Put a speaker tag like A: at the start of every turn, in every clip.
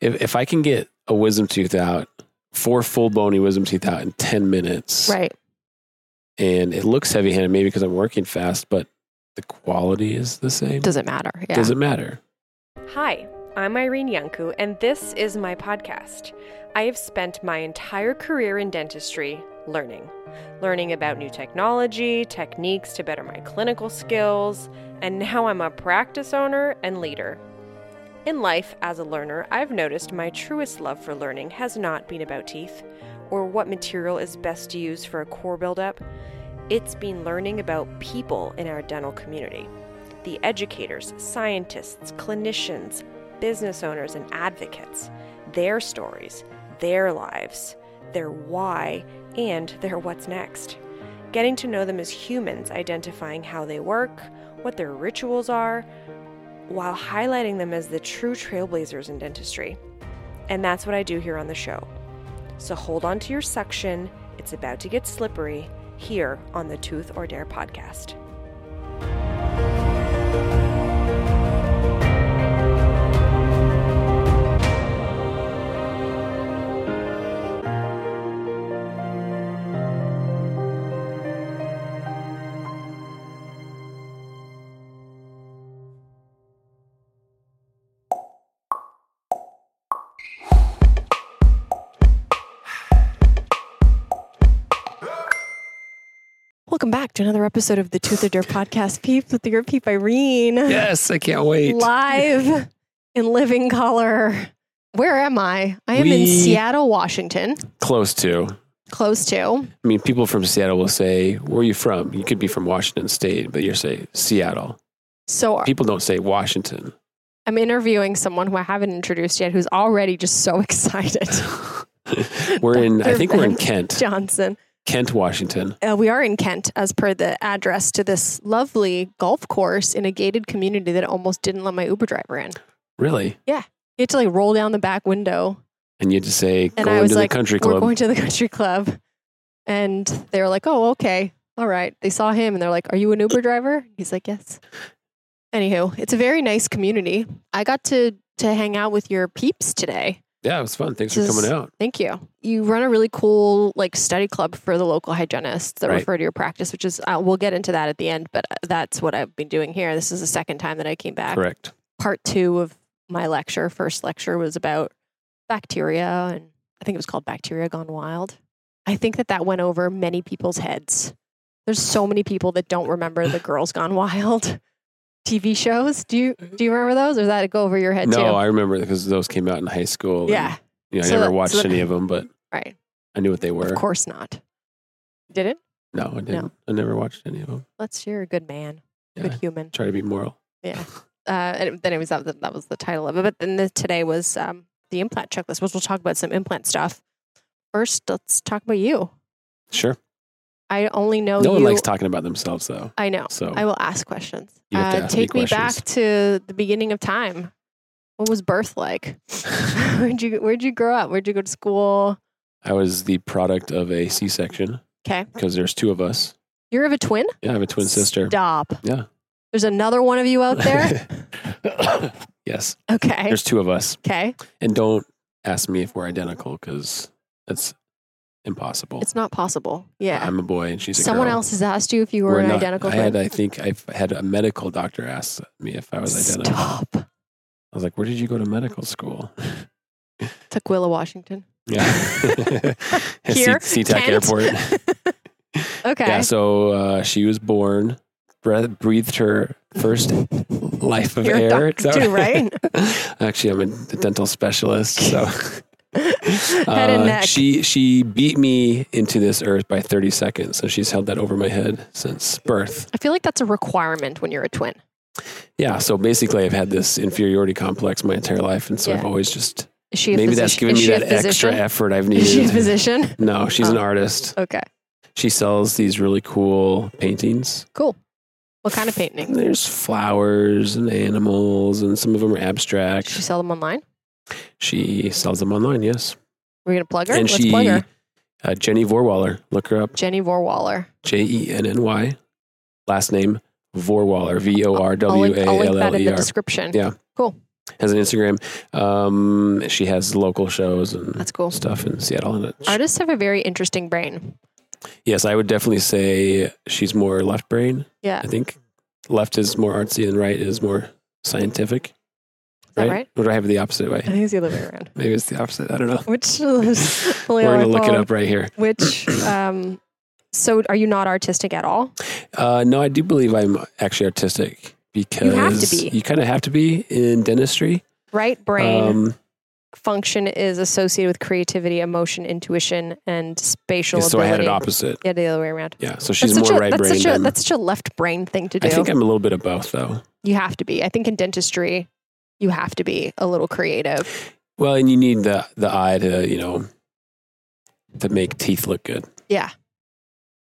A: if, if I can get a wisdom tooth out, four full bony wisdom teeth out in 10 minutes,
B: Right.
A: and it looks heavy handed, maybe because I'm working fast, but the quality is the same.
B: Doesn't matter. Yeah.
A: Does it matter?
C: Hi, I'm Irene Yanku, and this is my podcast. I have spent my entire career in dentistry learning, learning about new technology, techniques to better my clinical skills, and now I'm a practice owner and leader. In life, as a learner, I've noticed my truest love for learning has not been about teeth or what material is best to use for a core buildup. It's been learning about people in our dental community the educators, scientists, clinicians, business owners, and advocates, their stories, their lives, their why, and their what's next. Getting to know them as humans, identifying how they work, what their rituals are, while highlighting them as the true trailblazers in dentistry. And that's what I do here on the show. So hold on to your suction, it's about to get slippery here on the Tooth or Dare podcast.
B: Welcome back to another episode of the Tooth or Dare podcast, peeps with your peep Irene,
A: Yes, I can't wait.
B: live in living color. Where am I? I am
A: We-
B: in Seattle, Washington,
A: Close to.
B: close to.
A: I mean, people from Seattle will say, Where are you from? You could be from Washington State, but you're say Seattle.
B: So
A: People don't say Washington.
B: I'm interviewing someone who I haven't introduced yet, who's already just so excited.
A: We're in, I
B: Dr.
A: think we're in
B: Ben
A: Kent,
B: Johnson.
A: Kent, Washington.
B: Uh, we are in Kent, as per the address to this lovely golf course in a gated community that almost didn't let my Uber driver in.
A: Really?
B: You had to like roll down the back window
A: And you just say,
B: And I
A: Going
B: was
A: to
B: like,
A: the country
B: We're
A: club.
B: going to the country club. And they were like, oh, okay. All right. They saw him and they're like, are you an Uber driver? He's like, yes. Anywho, it's a very nice community. I got to, to hang out with your peeps today.
A: yeah, it was fun. Thanks for
B: Just-
A: coming out.
B: Thank you. You run a really cool like study club for the local hygienists that
A: Right.
B: refer to your practice, which is uh, we'll get into that at the end, but uh, that's what I've been doing here. This is the second time that I came back.
A: Correct.
B: Part 2 of my lecture, first lecture was about bacteria and I think it was called Bacteria Gone Wild. I think that that went over many people's heads. There's so many people that don't remember the Girls Gone Wild TV shows. Do you do you remember those or does that go over your head
A: Mm-hmm. No,
B: too?
A: I remember because those came out in high school. and,
B: yeah.
A: you know, I
B: So
A: never
B: that- so
A: watched
B: that-
A: any of them, but
B: Right.
A: I knew what they were.
B: Of course not. Did it?
A: No, I didn't. I never watched any of them.
B: Let's you're a good man,
A: Yeah.
B: good human.
A: Try to be moral.
B: Yeah. Uh, and then it was that, that was the title of it. But then the, today was um, the implant checklist, which we'll talk about some implant stuff. First, let's talk about you.
A: Sure.
B: I only know
A: no
B: Oh, you.
A: one likes talking about themselves, though.
B: I know.
A: So
B: I will ask questions. Uh,
A: You have to ask me
B: take me, back
A: questions.
B: to the beginning of time. What was birth like? where'd you Where'd you grow up? Where'd you go to school?
A: I was the product of a C section
B: Okay,
A: because there's two of us.
B: you're of a twin.
A: Yeah, I have a twin sister.
B: Stop.
A: Yeah.
B: There's another one of you out there.
A: yes,
B: Okay.
A: there's two of us.
B: okay.
A: And don't ask me if we're identical because that's impossible.
B: It's not possible. Yeah.
A: I'm a boy and she's a
B: Someone
A: girl.
B: else has asked you if you were, an
A: not-
B: identical
A: I had,
B: twin.
A: I think, I had a medical doctor ask me if I was identical.
B: Stop.
A: I was like, "Where did you go to medical school?"
B: Tukwila, Washington.
A: Yeah, At
B: Here,
A: C- SeaTac
B: Kent.
A: Airport.
B: Okay.
A: Yeah, so uh, she was born, breath, breathed her first life of
B: You're a
A: air.
B: doctor too, right?
A: Actually, I'm a dental specialist, so
B: Head and
A: Uh,
B: neck.
A: She she beat me into this earth by 30 seconds, so she's held that over my head since birth.
B: I feel like that's a requirement when you're a twin.
A: Yeah, so basically, I've had this inferiority complex my entire life, and so I've
B: Yeah.
A: always just
B: Is she a
A: maybe
B: physici-
A: that's given
B: is
A: me
B: she a
A: that extra
B: physician?
A: effort I've
B: Is she a
A: needed.
B: physician?
A: No, she's an
B: Oh.
A: artist.
B: Okay.
A: She sells these really cool paintings.
B: Cool. What kind of painting?
A: There's flowers and animals, and some of them are
B: Does she
A: abstract.
B: sell them online?
A: She sells them online, yes.
B: We're gonna plug her.
A: and
B: Let's
A: she,
B: plug her.
A: Uh, Jenny Vorwaller, look her up.
B: Jenny Vorwaller.
A: J E N N Y, last name Vorwaller, V O R
B: I'll
A: W
B: link,
A: A
B: I'll link
A: L
B: that
A: L
B: in
A: E
B: the
A: R.
B: description.
A: Yeah.
B: Cool.
A: has an Instagram. Um, she has local shows and
B: That's cool.
A: stuff in Seattle. And it,
B: Artists have a very interesting brain.
A: yes, I would definitely say she's more left brain.
B: Yeah.
A: I think left is more artsy and right is more scientific.
B: that
A: right?
B: right?
A: Or do I have it the opposite
B: I
A: way?
B: think it's the other way around.
A: Maybe it's the opposite. I don't know.
B: Which is
A: We're gonna look it up right here.
B: Which um so are you not artistic at all?
A: Uh, no, I do believe I'm actually artistic because
B: be.
A: You kind of have to be in dentistry.
B: Right brain
A: Um,
B: function is associated with creativity, emotion, intuition, and spatial
A: so I had
B: ability.
A: it opposite.
B: Yeah, the other way around.
A: Yeah, so she's
B: that's
A: more
B: such a,
A: right
B: that's
A: brain.
B: Such a,
A: than
B: that's such a left brain thing to do.
A: I think I'm a little bit of both, though.
B: you have to be. I think in dentistry, you have to be a little creative.
A: Well, and you need the the eye to you know to make teeth look good,
B: Yeah.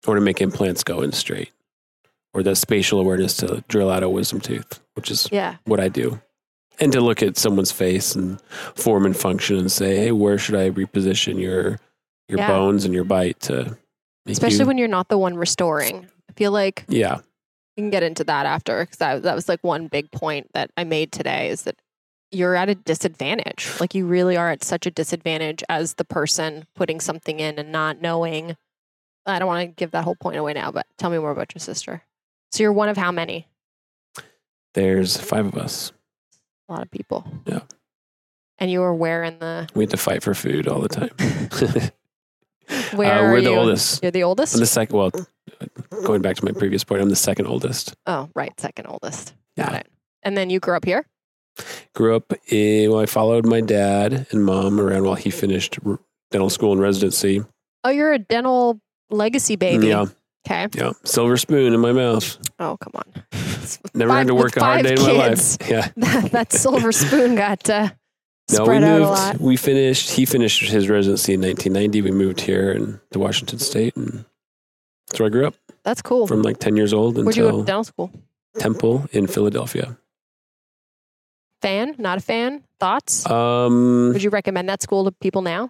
A: or to make implants go in straight, or the spatial awareness to drill out a wisdom tooth, which is
B: Yeah.
A: what I do, and to look at someone's face and form and function and say, hey, where should I reposition your your
B: Yeah.
A: bones and your bite to make
B: Especially
A: you,
B: when you're not the one restoring. I feel like
A: yeah
B: we can get into that after because that, that was like one big point that I made today is that you're at a disadvantage. Like you really are at such a disadvantage as the person putting something in and not knowing. I don't want to give that whole point away now, but tell me more about your sister. So you're one of how many?
A: there's five of us.
B: A lot of people.
A: Yeah.
B: And you were where in the
A: We have to fight for food all the time.
B: where
A: uh,
B: are
A: we're the
B: you?
A: oldest.
B: You're the oldest.
A: I'm the second. Well, going back to my previous point, I'm the second oldest.
B: oh, right, second oldest. Got
A: Yeah.
B: it. And then you grew up here.
A: Grew up. In, well, I followed my dad and mom around while he finished r- dental school and residency.
B: Oh, you're a dental legacy baby.
A: Yeah,
B: Okay.
A: yeah. Silver spoon in my mouth.
B: Oh, come on.
A: Never
B: Five-
A: had to
B: with
A: work a hard
B: five
A: day in my
B: kids.
A: life. Yeah.
B: that, that silver spoon got uh,
A: No, we
B: spread out a lot.
A: moved. We finished. He finished his residency in 1990. We moved here and to Washington State, and that's where I grew up
B: That's cool.
A: from like 10 years old
B: Where'd you go to
A: until
B: dental school?
A: Temple in Philadelphia.
B: Fan? Not a fan? Thoughts?
A: Um,
B: Would you recommend that school to people now?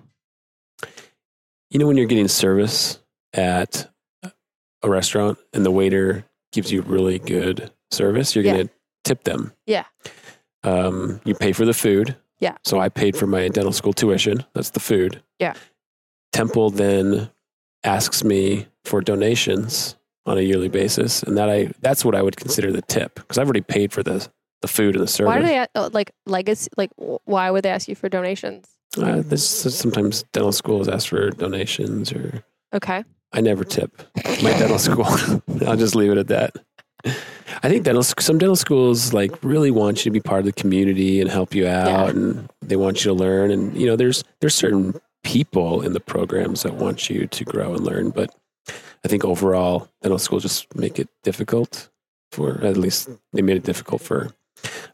A: You know when you're getting service at a restaurant and the waiter gives you really good service, you're
B: Yeah.
A: going to tip them.
B: Yeah.
A: Um, you pay for the food.
B: Yeah.
A: So I paid for my dental school tuition. That's the food.
B: Yeah.
A: Temple then asks me for donations on a yearly basis, and that I that's what I would consider the tip because I've already paid for the the food and the service.
B: Why do they a- oh, like legacy? Like, wh- why would they ask you for donations?
A: uh, this is- sometimes dental schools ask for donations or
B: Okay.
A: I never tip my dental school. I'll just leave it at that. I think dental sc- some dental schools like really want you to be part of the community and help you out,
B: Yeah.
A: and they want you to learn. And you know, there's there's certain people in the programs that want you to grow and learn, but I think overall dental schools just make it difficult for at least they made it difficult for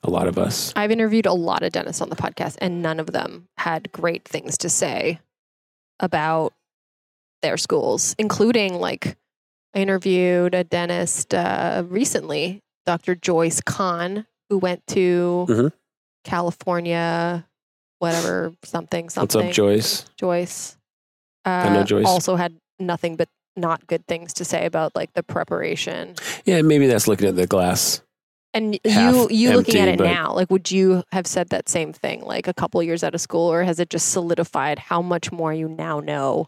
A: a lot of us.
B: I've interviewed a lot of dentists on the podcast, and none of them had great things to say about their schools, including like I interviewed a dentist uh, recently, Dr. Joyce Kahn, who went to
A: Mhm.
B: California, whatever, something,
A: What's
B: something.
A: up, Joyce?
B: Joyce. Uh,
A: know Joyce.
B: Also had nothing but not good things to say about like the preparation.
A: Yeah, maybe that's looking at the glass.
B: And
A: half
B: you you looking at
A: empty,
B: it
A: but-
B: now, like would you have said that same thing like a couple years out of school, or has it just solidified how much more you now know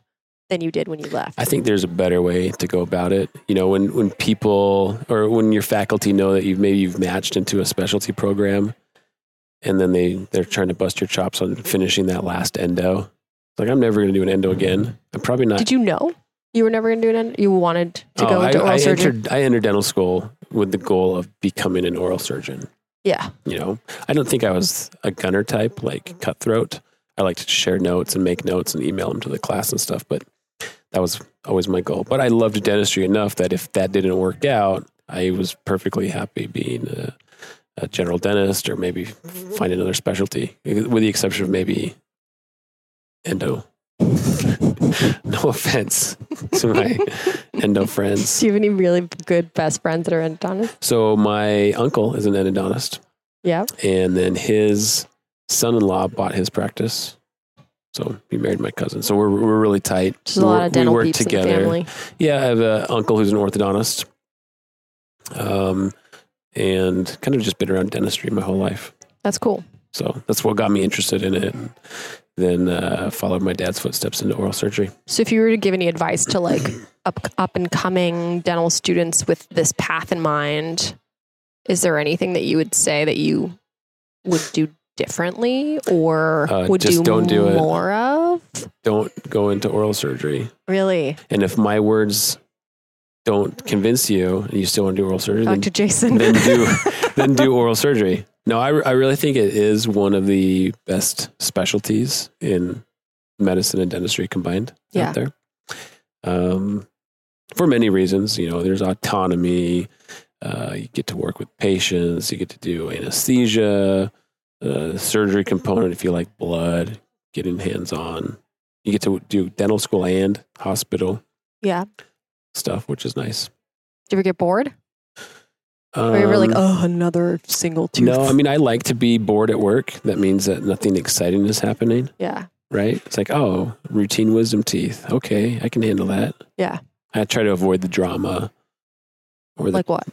B: than you did when you left?
A: I think there's a better way to go about it. You know, when when people or when your faculty know that you've maybe you've matched into a specialty program, and then they they're trying to bust your chops on finishing that last endo. Like I'm never going to do an endo again. I'm probably not.
B: did you know you were never going to do an? You wanted to
A: Oh,
B: go
A: I,
B: into oral
A: I
B: surgery.
A: entered I entered dental school with the goal of becoming an oral surgeon.
B: yeah,
A: You know, I don't think I was a gunner type, like cutthroat. I like to share notes and make notes and email them to the class and stuff, but that was always my goal. But I loved dentistry enough that if that didn't work out, I was perfectly happy being a, a general dentist or maybe find another specialty, with the exception of maybe endo. no offense to my endo friends.
B: do you have any really good best friends that are endodontists?
A: So, my uncle is an endodontist
B: Yeah,
A: and then his son-in-law bought his practice. So he married my cousin. So we're we're really tight.
B: there's a
A: We're-
B: lot of dental
A: we work
B: peeps
A: together.
B: in the family.
A: Yeah, I have an uncle who's an orthodontist, um, and kind of just been around dentistry my whole life.
B: That's cool.
A: So that's what got me interested in it. And then uh, followed my dad's footsteps into oral surgery.
B: So if you were to give any advice to like up up and coming dental students with this path in mind, is there anything that you would say that you would do differently or
A: Uh,
B: would
A: just
B: do
A: don't do it.
B: more of?
A: Don't go into oral surgery.
B: Really?
A: And if my words don't convince you and you still want to do oral surgery, then
B: Dr. Jason.
A: then do then do oral surgery. No, I, I really think it is one of the best specialties in medicine and dentistry combined
B: Yeah.
A: out there. Um, for many reasons, you know, there's autonomy. Uh, you get to work with patients. You get to do anesthesia, uh, surgery component if you like blood, getting hands on. You get to do dental school and hospital
B: yeah. Do
A: stuff, which is nice.
B: you ever get bored?
A: Um,
B: Or you were like, oh, another single tooth.
A: No, I mean I like to be bored at work. That means that nothing exciting is happening,
B: yeah.
A: right? It's like, oh, routine wisdom teeth. Okay, I can handle that.
B: Yeah.
A: I try to avoid the drama or the
B: Like what?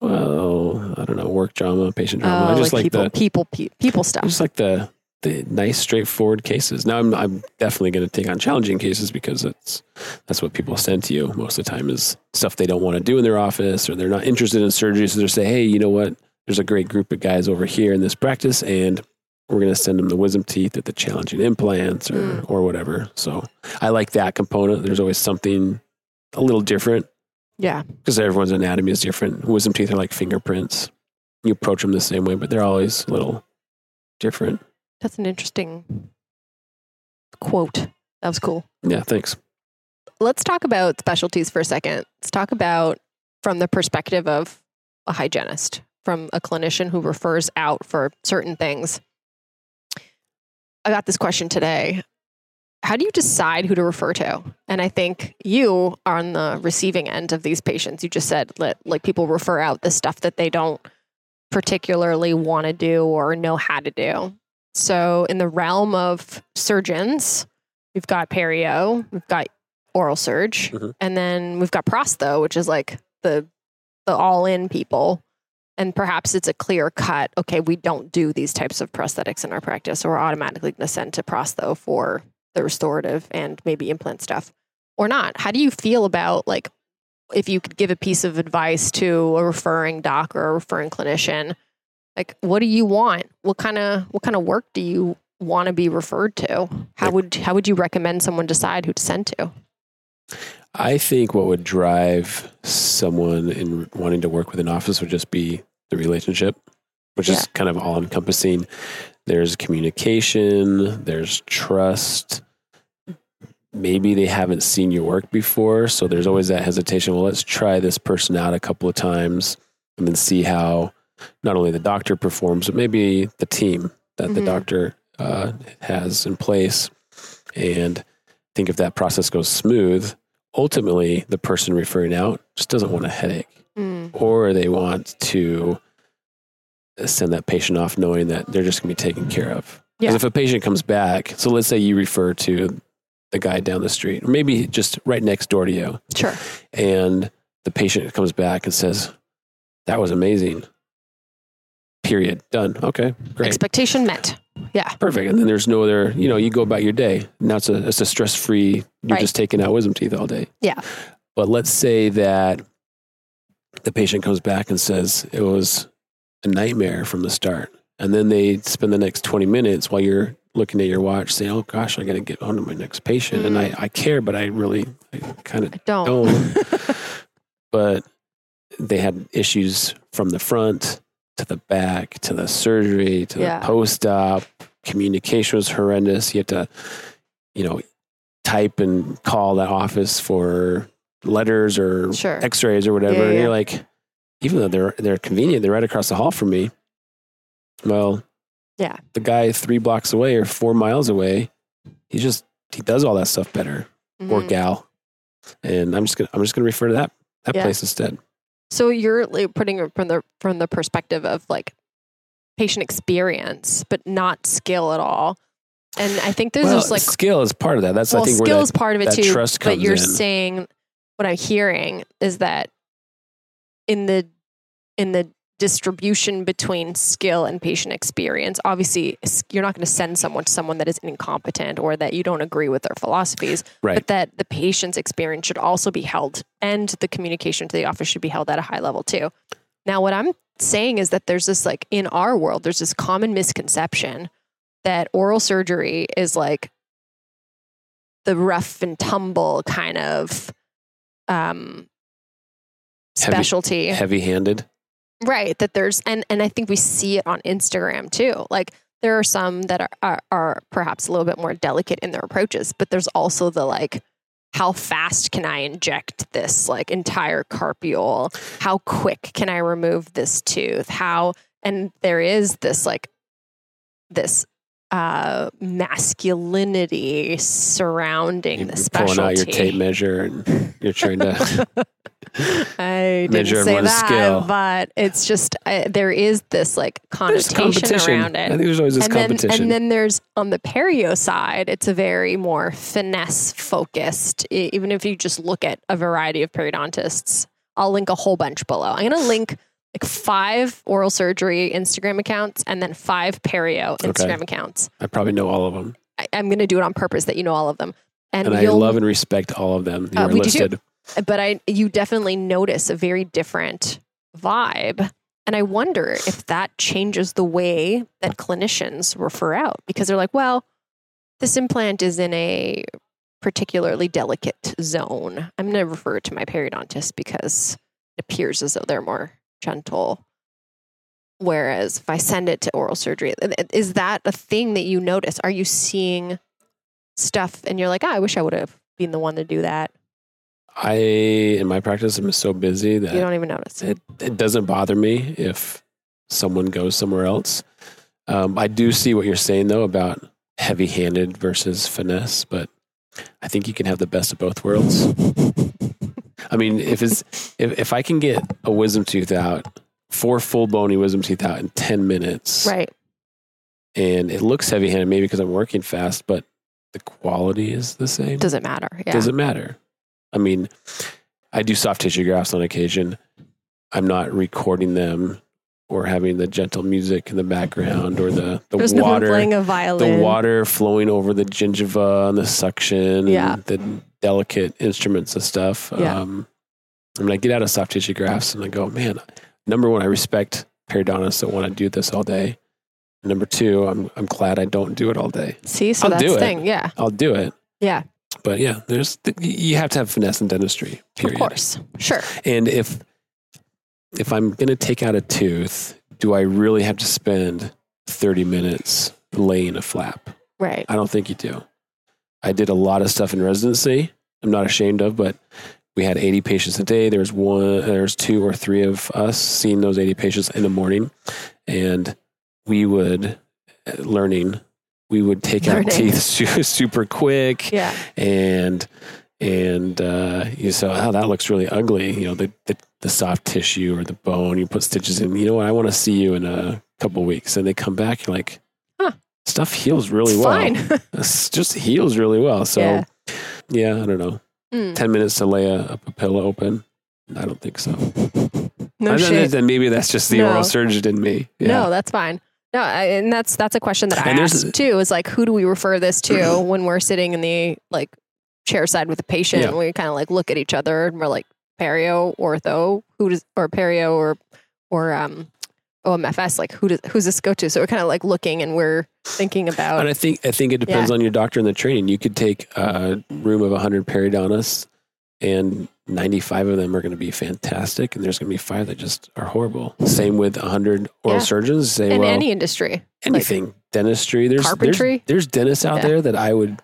A: well, I don't know, work drama, patient drama.
B: Oh,
A: I just like,
B: like, people,
A: the
B: people, pe- people
A: I
B: stuff.
A: just like the the nice straightforward cases. Now I'm I'm definitely going to take on challenging cases because it's that's what people send to you most of the time is stuff they don't want to do in their office or they're not interested in surgery. So they're saying, hey, you know what? There's a great group of guys over here in this practice, and we're going to send them the wisdom teeth at the challenging implants or
B: Mm.
A: or whatever. So I like that component. There's always something a little different
B: Yeah.
A: because everyone's anatomy is different. Wisdom teeth are like fingerprints. You approach them the same way, but they're always a little different.
B: That's an interesting quote. That was cool.
A: Yeah, thanks.
B: Let's talk about specialties for a second. Let's talk about from the perspective of a hygienist, from a clinician who refers out for certain things. I got this question today. How do you decide who to refer to? And I think you are on the receiving end of these patients. You just said let, like people refer out the stuff that they don't particularly want to do or know how to do. So in the realm of surgeons, we've got perio, we've got oral surge,
A: Mhm.
B: and then we've got prostho, which is like the the all in people. And perhaps it's a clear cut, okay, we don't do these types of prosthetics in our practice, so we're automatically gonna send to prostho for the restorative and maybe implant stuff or not. How do you feel about like if you could give a piece of advice to a referring doc or a referring clinician like what do you want what kind of what kind of work do you want to be referred to how would how would you recommend someone decide who to send to
A: I think what would drive someone in wanting to work with an office would just be the relationship, which
B: Yeah.
A: is kind of all encompassing. There's communication, there's trust. Maybe they haven't seen your work before, so there's always that hesitation. Well, let's try this person out a couple of times and then see how not only the doctor performs, but maybe the team that the
B: Mhm.
A: doctor uh, has in place. And I think if that process goes smooth, ultimately the person referring out just doesn't want a headache
B: Mm,
A: or they want to send that patient off knowing that they're just going to be taken care of. Because
B: Yeah.
A: if a patient comes back, so let's say you refer to the guy down the street, or maybe just right next door to you,
B: sure
A: and the patient comes back and says, That was amazing. Period. Done. Okay. Great.
B: expectation met yeah
A: Perfect. And then there's no other, you know, you go about your day. Now it's a, it's a stress free, you're
B: Right.
A: just taking out wisdom teeth all day.
B: Yeah.
A: But let's say that the patient comes back and says it was a nightmare from the start. And then they spend the next 20 minutes while you're looking at your watch saying, oh gosh, I got to get on to my next patient. And
B: Mm-hmm.
A: I, I care, but I really I kind of
B: I don't
A: don't. Oh. but they had issues from the front to the back to the surgery to
B: Yeah.
A: the post op. Communication was horrendous. You had to, you know, type and call that office for letters or
B: Sure.
A: x rays or whatever.
B: Yeah,
A: And
B: yeah.
A: you're like, even though they're they're convenient, they're right across the hall from me. Well,
B: Yeah.
A: the guy three blocks away or four miles away, he just he does all that stuff better or
B: Mhm.
A: gal, and I'm just gonna I'm just gonna refer to that that
B: Yeah.
A: place instead.
B: So you're like, putting it from the from the perspective of like patient experience, but not skill at all. And I think there's
A: well,
B: just like
A: skill is part of that. That's
B: well,
A: I think
B: skill
A: where
B: is
A: that,
B: part of it
A: that
B: too.
A: trust
B: but
A: comes
B: you're
A: in.
B: saying what I'm hearing is that in the in the distribution between skill and patient experience. Obviously, s- you're not going to send someone to someone that is incompetent or that you don't agree with their philosophies,
A: Right.
B: but that the patient's experience should also be held and the communication to the office should be held at a high level too. Now, what I'm saying is that there's this like in our world, there's this common misconception that oral surgery is like the rough and tumble kind of um
A: Heavy-
B: specialty
A: Heavy handed.
B: right that there's and and i think we see it on instagram too like there are some that are, are are perhaps a little bit more delicate in their approaches but there's also the like how fast can i inject this like entire carpule how quick can i remove this tooth how and there is this like this uh masculinity surrounding
A: You're
B: the
A: pulling
B: specialty
A: out your tape measure and you're trying to.
B: I didn't
A: Measure
B: say
A: everyone's
B: that,
A: skill.
B: but it's just uh, there is this like
A: There's
B: connotation around
A: I
B: it.
A: think there's always this
B: and then,
A: competition.
B: and then there's on the perio side, it's a very more finesse focused. e- Even if you just look at a variety of periodontists, I'll link a whole bunch below. I'm going to link like five oral surgery Instagram accounts and then five perio Instagram accounts.
A: I probably know all of them,
B: I, I'm going to do it on purpose that you know all of them. And,
A: and I
B: you'll
A: love and respect all of them.
B: Uh,
A: You're
B: we do too.
A: listed.
B: but I you definitely notice a very different vibe. And I wonder if that changes the way that clinicians refer out because they're like, well, this implant is in a particularly delicate zone. I'm going to refer to my periodontist because it appears as though they're more gentle. Whereas if I send it to oral surgery, is that a thing that you notice? Are you seeing stuff and you're like, "Ah, I wish I would have been the one to do that?
A: I in my practice am so busy that
B: You don't even notice.
A: it, it doesn't bother me if someone goes somewhere else. Um, I do see what you're saying though about heavy handed versus finesse, but I think you can have the best of both worlds. I mean, if it's if, if I can get a wisdom tooth out, four full bony wisdom teeth out in ten minutes,
B: Right.
A: and it looks heavy handed, maybe because I'm working fast, but the quality is the same.
B: Doesn't matter. Yeah.
A: Does it matter? I mean, I do soft tissue grafts on occasion. I'm not recording them or having the gentle music in the background or the, the
B: There's no one
A: water
B: playing a
A: the
B: violin.
A: water flowing over the gingiva and the suction
B: Yeah.
A: and the delicate instruments and stuff.
B: Yeah.
A: Um, I mean, I get out of soft tissue grafts and I go, man, number one, I respect periodontists that want to do this all day. Number two, I'm, I'm glad I don't do it all day.
B: See, so
A: I'll
B: that's
A: do
B: the
A: it.
B: thing. Yeah.
A: I'll do it.
B: Yeah.
A: But yeah, there's th- you have to have finesse in dentistry. Period.
B: Of course. Sure.
A: And if if I'm going to take out a tooth, do I really have to spend 30 minutes laying a flap?
B: Right.
A: I don't think you do. I did a lot of stuff in residency. I'm not ashamed of, but we had 80 patients a day. There was one, there was two or three of us seeing those 80 patients in the morning, and we would uh, learning. We would take
B: Learning.
A: out teeth su- super quick
B: Yeah.
A: and and uh, you say, "Oh, that looks really ugly." You know, the, the the soft tissue or the bone. You put stitches in. You know what? I want to see you in a couple weeks. And they come back you're like,
B: Huh.
A: "Stuff heals really
B: it's
A: well.
B: fine. Mm.
A: It's just heals really well." So
B: Yeah.
A: yeah, I don't know.
B: Mm.
A: Ten minutes to lay a, a papilla open. I don't think so.
B: No
A: And then,
B: shit.
A: then maybe that's just the
B: No.
A: oral surgeon in me. Yeah.
B: No, that's fine. No, I, and that's that's a question that I
A: And there's-
B: asked too. Is like, who do we refer this to when we're sitting in the like chair side with a patient?
A: Yeah.
B: and We kind of like look at each other and we're like, perio, ortho, who does or perio or or um OMFS? Like, who does who's this go to? So we're kind of like looking and we're thinking about
A: And I think I think it depends on your doctor and the training. You could take a room of 100 periodontists, and 95 of them are going to be fantastic, and there's going to be five that just are horrible. Same with 100 oral
B: Yeah.
A: surgeons. Say,
B: in
A: well,
B: any industry.
A: anything dentistry. There's there's-
B: Carpentry?
A: There's, dentists out
B: Yeah.
A: there that I would,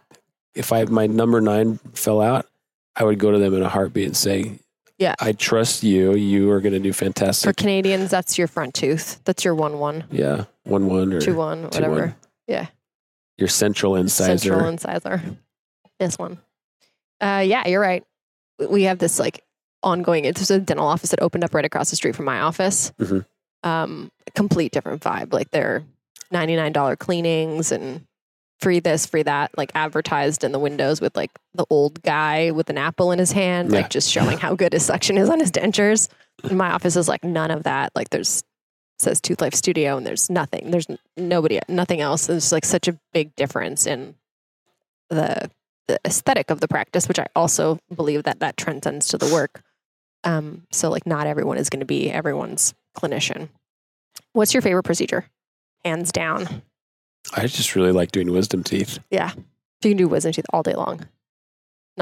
A: if I my number nine fell out, I would go to them in a heartbeat and say,
B: Yeah.
A: I trust you. You are going to do
B: For
A: fantastic."
B: Canadians, that's your front tooth. That's your one one,
A: yeah, one one or
B: two one, whatever.
A: one.
B: Yeah.
A: Your central incisor.
B: Central incisor. This one. Uh, yeah, you're right. We- We have this like ongoing. There's a dental office that opened up right across the street from my office.
A: Mhm.
B: Um, complete different vibe. Like they're ninety nine dollar cleanings and free this, free that. Like advertised in the windows with like the old guy with an apple in his hand,
A: Yeah.
B: like just showing how good his suction is on his dentures. And my office is like none of that. Like there's says Tooth Life Studio and there's nothing. There's n- nobody, nothing else. There's like such a big difference in the, the aesthetic of the practice, which I also believe that that transcends to the work. Um, so like not everyone is going to be everyone's clinician. What's your favorite procedure? Hands down.
A: I just really like doing wisdom teeth.
B: If you can do wisdom teeth all day long,
A: I would be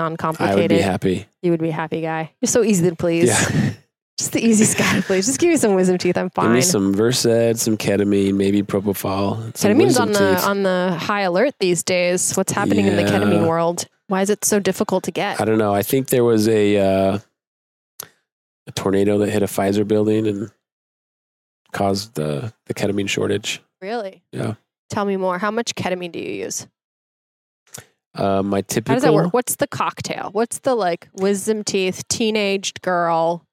B: non-complicated,
A: happy.
B: you would be a happy guy. You're so easy to please.
A: Yeah.
B: Just the easiest guy to please. Just give me some wisdom teeth. I'm
A: Give me
B: fine.
A: some Versed, some ketamine, maybe propofol. and some
B: Ketamine's
A: wisdom
B: on the
A: teeth.
B: on the high alert these days. What's happening in the
A: Yeah.
B: ketamine world? Why is it so difficult to get?
A: I don't know. I think there was a uh, a tornado that hit a Pfizer building and caused the the ketamine shortage.
B: Really?
A: Yeah.
B: Tell me more. How much ketamine do you use?
A: Uh, my
B: How
A: typical
B: does that work? What's the cocktail? What's the like wisdom teeth teenaged girl?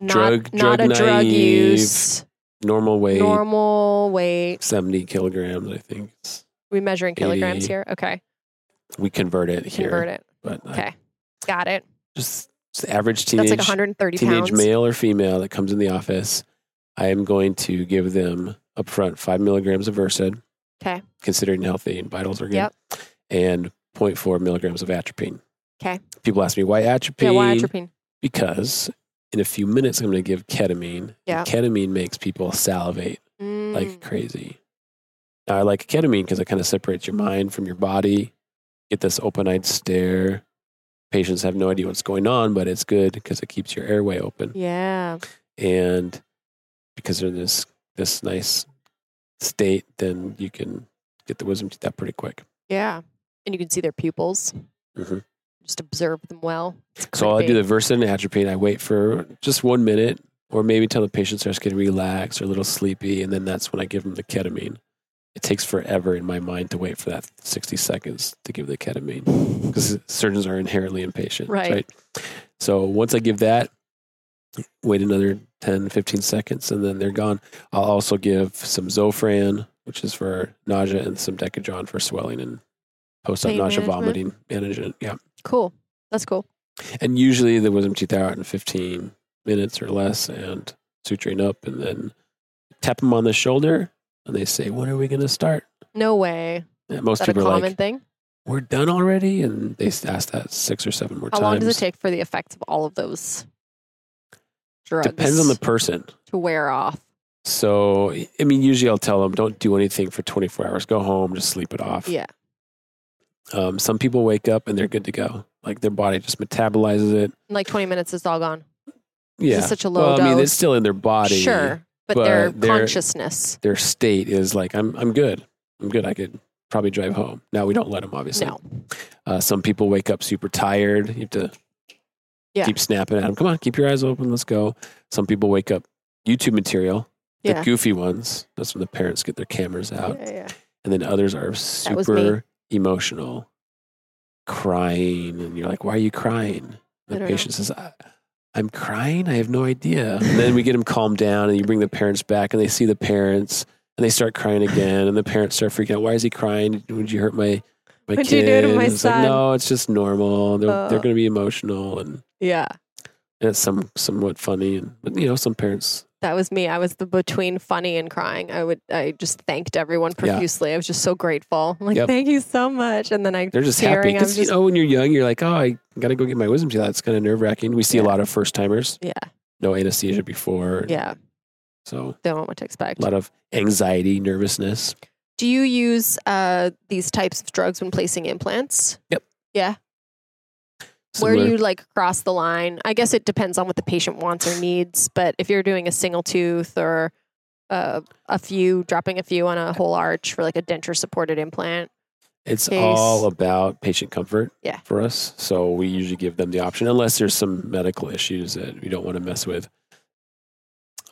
B: Not
A: Drug-
B: not
A: drug
B: a drug
A: naive,
B: use.
A: normal weight
B: Normal weight.
A: seventy kilograms. I think It's-
B: We measuring kilograms
A: 80.
B: here. Okay.
A: we convert it here,
B: Convert it.
A: but I-
B: Okay. Got it.
A: just, just average
B: That's
A: teenage
B: like 130
A: teenage
B: pounds.
A: male or female that comes in the office, I am going to give them up front five milligrams of Versed.
B: Okay.
A: Considering healthy and vitals are good.
B: Yep.
A: And 0.4 milligrams of atropine.
B: Okay.
A: People ask me why atropine?
B: Yeah, why atropine?
A: Because in a few minutes, I'm going to give ketamine.
B: Yeah.
A: Ketamine makes people salivate like
B: Mm.
A: crazy. Now, I like ketamine because it kind of separates your mind from your body. Get this open eyed stare. Patients have no idea what's going on, but it's good because it keeps your airway open
B: Yeah.
A: and because they're in this this nice state, then you can get the wisdom teeth out pretty quick.
B: Yeah. And you can see their pupils.
A: Mhm.
B: Just observe them well.
A: So I'll do the Versed and atropine. I wait for just one minute, or maybe till the patient starts getting relaxed or a little sleepy, and then that's when I give them the ketamine. It takes forever in my mind to wait for that sixty seconds to give the ketamine because surgeons are inherently impatient,
B: Right.
A: So once I give that, wait another 10, 15 seconds, and then they're gone. I'll also give some Zofran, which is for nausea, and some Decadron for swelling and post-op
B: Pain
A: nausea,
B: management?
A: vomiting management. Yeah.
B: Cool. That's cool.
A: And usually the wisdom teeth are out in 15 minutes or less and suturing up and then tap them on the shoulder and they say, when are we going to start?
B: No way.
A: And
B: Is
A: most
B: that a
A: people are
B: common
A: like,
B: thing?
A: we're done already. And they s- ask that six or seven more
B: How
A: times.
B: long does it take for the effects of all of those drugs
A: Depends on the person.
B: to wear off?
A: So, I mean, usually I'll tell them, don't do anything for 24 hours. Go home, just sleep it off.
B: Yeah.
A: Um, some people wake up and they're good to go. Like their body just metabolizes it.
B: In like 20 minutes, it's all gone.
A: Yeah.
B: This is such a low
A: well, I mean, it's
B: dose.
A: still in their body.
B: sure. But,
A: but
B: their
A: they're-
B: consciousness.
A: Their state is like, I'm, I'm good. I'm good. I could probably drive home. Now, we don't let them, obviously.
B: No.
A: Uh, some people wake up super tired. You have to
B: Yeah.
A: keep snapping at them. Come on, keep your eyes open. Let's go. Some people wake up YouTube material, the
B: Yeah.
A: goofy ones. That's when the parents get their cameras out.
B: Yeah, yeah.
A: and then others are
B: was me.
A: super emotional, crying, and you're like, "Why are you crying?"
B: I
A: The
B: don't
A: patient says, I, "I'm crying. I have no idea." And then we get them calmed down, and you bring the parents back, and they see the parents, and they start crying again, and the parents start freaking out. Why is he crying? Would you hurt my my
B: What'd you
A: kid?
B: do to my
A: And it's like,
B: son?
A: no, it's just normal. They're, they're
B: Uh.
A: going to be emotional, and,
B: Yeah.
A: and it's some somewhat funny, and but, you know, some parents
B: That was me. I was the between funny and crying. I would I just thanked everyone
A: Yeah.
B: profusely. I was just so grateful. I'm like,
A: Yep.
B: thank you so much. And then I
A: They're just happy
B: tearing, I'm
A: because you
B: just-
A: know when you're young, you're like, oh, I got to go get my wisdom teeth. out." It's kind of nerve wracking. We see a
B: Yeah.
A: lot of first timers.
B: Yeah.
A: No anesthesia before.
B: Yeah.
A: So
B: Don't know what to expect.
A: a lot of anxiety, nervousness.
B: Do you use uh, these types of drugs when placing implants? Where do
A: Similar-
B: you like cross the line? I guess it depends on what the patient wants or needs. But if you're doing a single tooth or uh, a few, dropping a few on a whole arch for like a denture supported implant,
A: It's
B: case?
A: all about patient comfort.
B: Yeah.
A: For us, so we usually give them the option unless there's some medical issues that we don't want to mess with.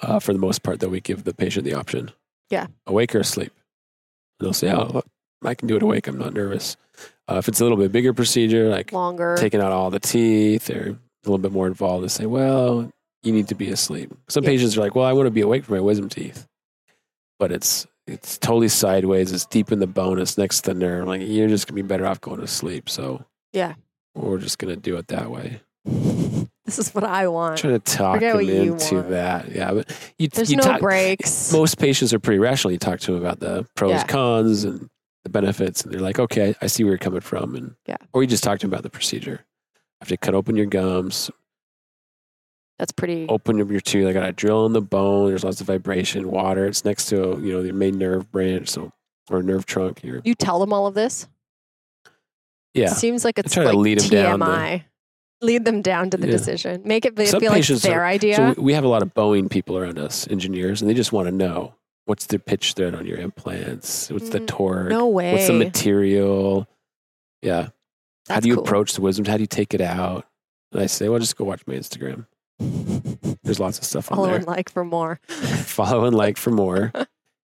A: Uh, for the most part, though, we give the patient the option.
B: Yeah.
A: Awake or asleep. And they'll say, oh, I can do it awake. I'm not nervous. Uh, if it's a little bit bigger procedure, like
B: longer.
A: taking out all the teeth or a little bit more involved and say, well, you need to be asleep. Some
B: Yeah.
A: patients are like, well, I want to be awake for my wisdom teeth. But it's it's totally sideways. It's deep in the bone. It's next to the nerve. Like you're just gonna be better off going to sleep. So
B: Yeah.
A: we're just gonna do it that way.
B: This is what I want.
A: trying to talk
B: Forget
A: him
B: what you
A: into
B: want.
A: that. Yeah, but you,
B: There's
A: you
B: no
A: talk,
B: breaks.
A: most patients are pretty rational. You talk to them about the pros,
B: Yeah.
A: cons, and the benefits, and they're like, "Okay, I see where you're coming from." And
B: Yeah.
A: or you just talk to them about the procedure. I have to cut open your gums,
B: Mm-hmm. That's pretty.
A: open up your tooth. I got a drill in the bone. There's lots of vibration, water. It's next to you know your main nerve branch, so or nerve trunk. Your
B: You tell them all of this.
A: yeah.
B: Seems like it's
A: try to
B: like
A: lead 'em down the-
B: TMI. lead them down to the
A: Yeah.
B: decision. Make it be,
A: Some
B: feel like
A: patients
B: their idea.
A: So we- we have a lot of Boeing people around us, engineers, and they just want to know what's the pitch thread on your implants, what's the
B: Mm,
A: torque,
B: no way.
A: what's the material. Yeah. how
B: That's
A: do you
B: cool.
A: approach the wisdom? How do you take it out? And I say, well, just go watch my Instagram. There's lots of stuff on
B: Follow
A: there.
B: and like for more.
A: Follow and like for more.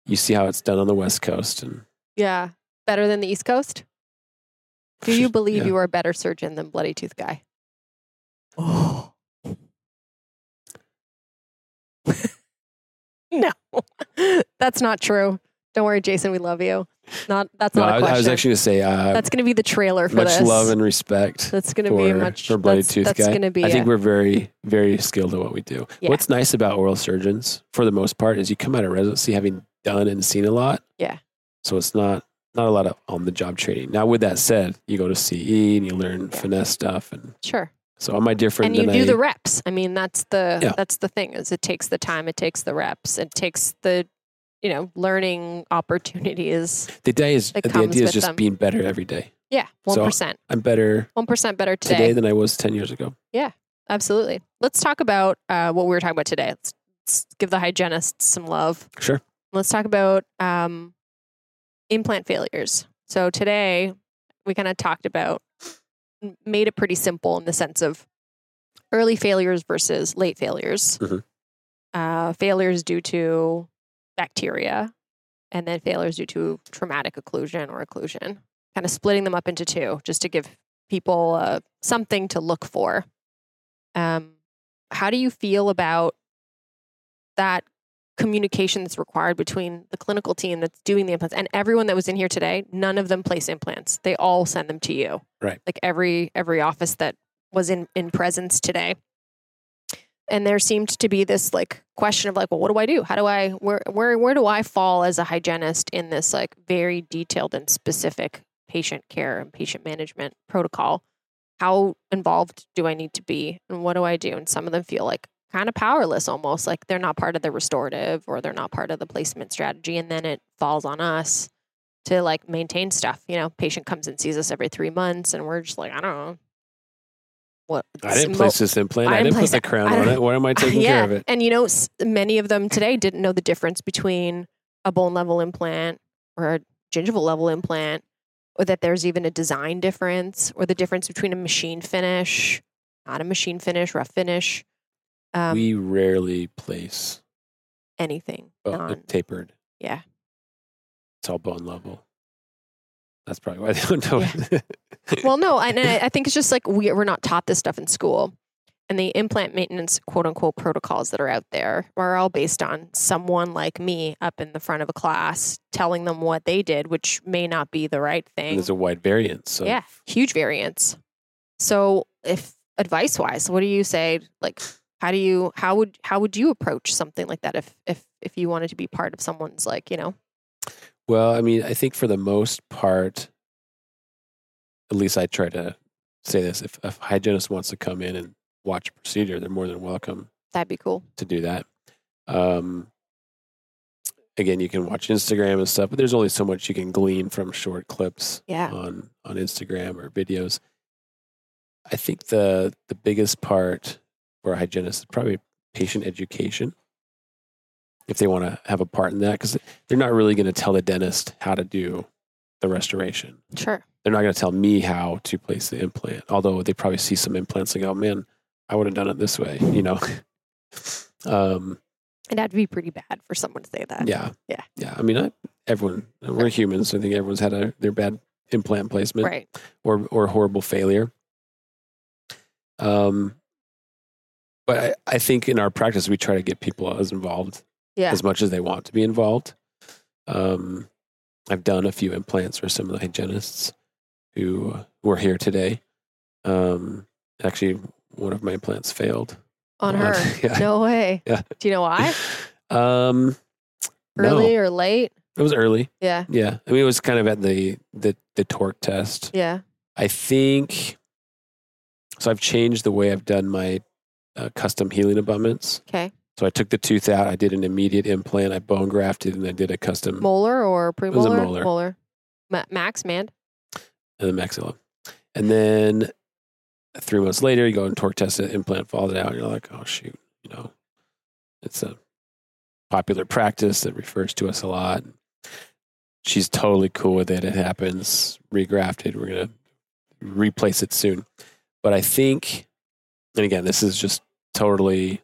A: you see how it's done on the West Coast, and
B: Yeah, better than the East Coast. Do you believe
A: Yeah.
B: you are a better surgeon than Bloody Tooth Guy?
A: Oh.
B: No, that's not true. Don't worry, Jason. We love you. Not that's
A: No,
B: not a
A: I, was- I
B: question.
A: was actually going to say, uh,
B: that's going to be the trailer for
A: much
B: this.
A: love and respect.
B: that's going to be
A: for-
B: much
A: for Bloody
B: that's,
A: Tooth
B: that's
A: Guy.
B: going to be.
A: I think
B: it.
A: we're very, very skilled at what we do.
B: Yeah.
A: What's nice about oral surgeons, for the most part, is you come out of residency having done and seen a lot.
B: Yeah.
A: So it's not not a lot of on the job training. Now, with that said, you go to CE and you learn
B: Yeah.
A: finesse stuff, and
B: sure.
A: so am I different?
B: and you
A: than
B: do
A: I,
B: the reps. I mean, that's the
A: Yeah.
B: that's the thing is it takes the time, it takes the reps, it takes the you know learning opportunities.
A: the day is
B: that
A: the
B: comes
A: idea is
B: with
A: just
B: them.
A: being better every day.
B: Yeah,
A: So,
B: one percent,
A: I'm better
B: one percent better today.
A: today. than I was ten years ago.
B: Absolutely. Let's talk about uh, what we were talking about today. Let's, let's give the hygienists some love.
A: Sure.
B: Let's talk about um, implant failures. So today we kind of talked about made it pretty simple in the sense of early failures versus late failures.
A: Mhm.
B: Uh, failures due to bacteria, and then failures due to traumatic occlusion or occlusion. Kind of splitting them up into two, just to give people uh, something to look for. Um, how do you feel about that communication that's required between the clinical team that's doing the implants and everyone that was in here today none of them place implants they all send them to you
A: Right.
B: like every every office that was in in presence today and there seemed to be this like question of like well what do i do how do i where where where do i fall as a hygienist in this like very detailed and specific patient care and patient management protocol how involved do I need to be and what do I do? And some of them feel like kind of powerless almost, like they're not part of the restorative or they're not part of the placement strategy. And then it falls on us to like maintain stuff. You know, patient comes and sees us every three months and we're just like, I don't know. What
A: I didn't
B: mo-
A: place this implant.
B: I
A: I
B: didn't
A: didn't put
B: place
A: the
B: it.
A: crown
B: I
A: on
B: don't-
A: it. Why am I taking care of it?
B: and you know, s- many of them today didn't know the difference between a bone level implant or a gingival level implant, or that there's even a design difference, or the difference between a machine finish, not a machine finish, rough finish, um,
A: we uh, rarely place
B: anything.
A: well,
B: non-
A: tapered.
B: Yeah.
A: It's all bone level. That's probably why they don't know. it.
B: well, no, and I, I think it's just like we, we're not taught this stuff in school. And the implant maintenance, quote unquote, protocols that are out there are all based on someone like me up in the front of a class telling them what they did, which may not be the right
A: And
B: thing.
A: There's a wide variance. So
B: yeah, huge variance. So, if advice wise, what do you say? Like, how do you how would how would you approach something like that if if if you wanted to be part of someone's like you know
A: Well, I mean, I think for the most part, at least I try to say this: if if a hygienist wants to come in and watch a procedure, they're more than welcome
B: that'd be cool.
A: to do that. Um, again, you can watch Instagram and stuff, but there's only so much you can glean from short clips
B: Yeah,
A: on on Instagram or videos. I think the the biggest part for a hygienist is probably patient education. If they want to have a part in that, because they're not really going to tell the dentist how to do the restoration.
B: sure.
A: They're not going to tell me how to place the implant. Although they probably see some implants and go, "Man, I would have done it this way," you know. um,
B: It'd have to be pretty bad for someone to say that.
A: yeah,
B: Yeah.
A: yeah. I mean, I, everyone we're humans. I think everyone's had a, their bad implant placement
B: right.
A: or or horrible failure. Um, but I, I think in our practice we try to get people as involved
B: Yeah.
A: as much as they want to be involved. Um, I've done a few implants for some of the hygienists who were here today. Um, actually, one of my plants failed.
B: on
A: Uh,
B: her.
A: yeah.
B: No way.
A: Yeah.
B: Do you know why?
A: Um, No.
B: Early or late?
A: it was early.
B: Yeah.
A: Yeah, I mean, it was kind of at the the the torque test.
B: Yeah.
A: I think so. I've changed the way I've done my uh, custom healing abutments.
B: Okay.
A: So I took the tooth out. I did an immediate implant. I bone grafted, and I did a custom
B: Molar or premolar?
A: was a molar.
B: Ma- max, man.
A: and the maxilla. And then three months later, you go and torque test it. Implant falls out. You're like, oh shoot, you know, it's a popular practice that refers to us a lot. She's totally cool with it. It happens. Regrafted. We're gonna replace it soon. But I think, and again, this is just totally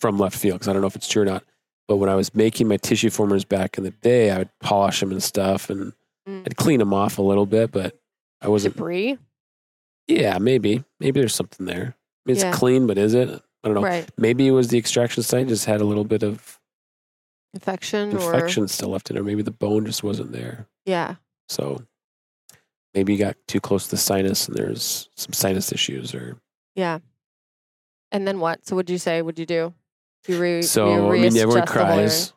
A: from left field because I don't know if it's true or not. But when I was making my tissue formers back in the day, I would polish them and stuff, and
B: Mm.
A: I'd clean them off a little bit, but I wasn't.
B: Debris.
A: Yeah, maybe. Maybe there's something there. I mean, it's
B: Yeah.
A: clean, but is it? I don't know.
B: Right.
A: Maybe it was the extraction site just had a little bit of
B: Infection, or.
A: infection still left in it, or maybe the bone just wasn't there.
B: Yeah.
A: So maybe you got too close to the sinus and there's some sinus issues, or
B: Yeah. And then what? So what'd you say? What'd you do? You re-
A: so. I
B: you
A: mean, everyone
B: readjust the whole area.
A: cries.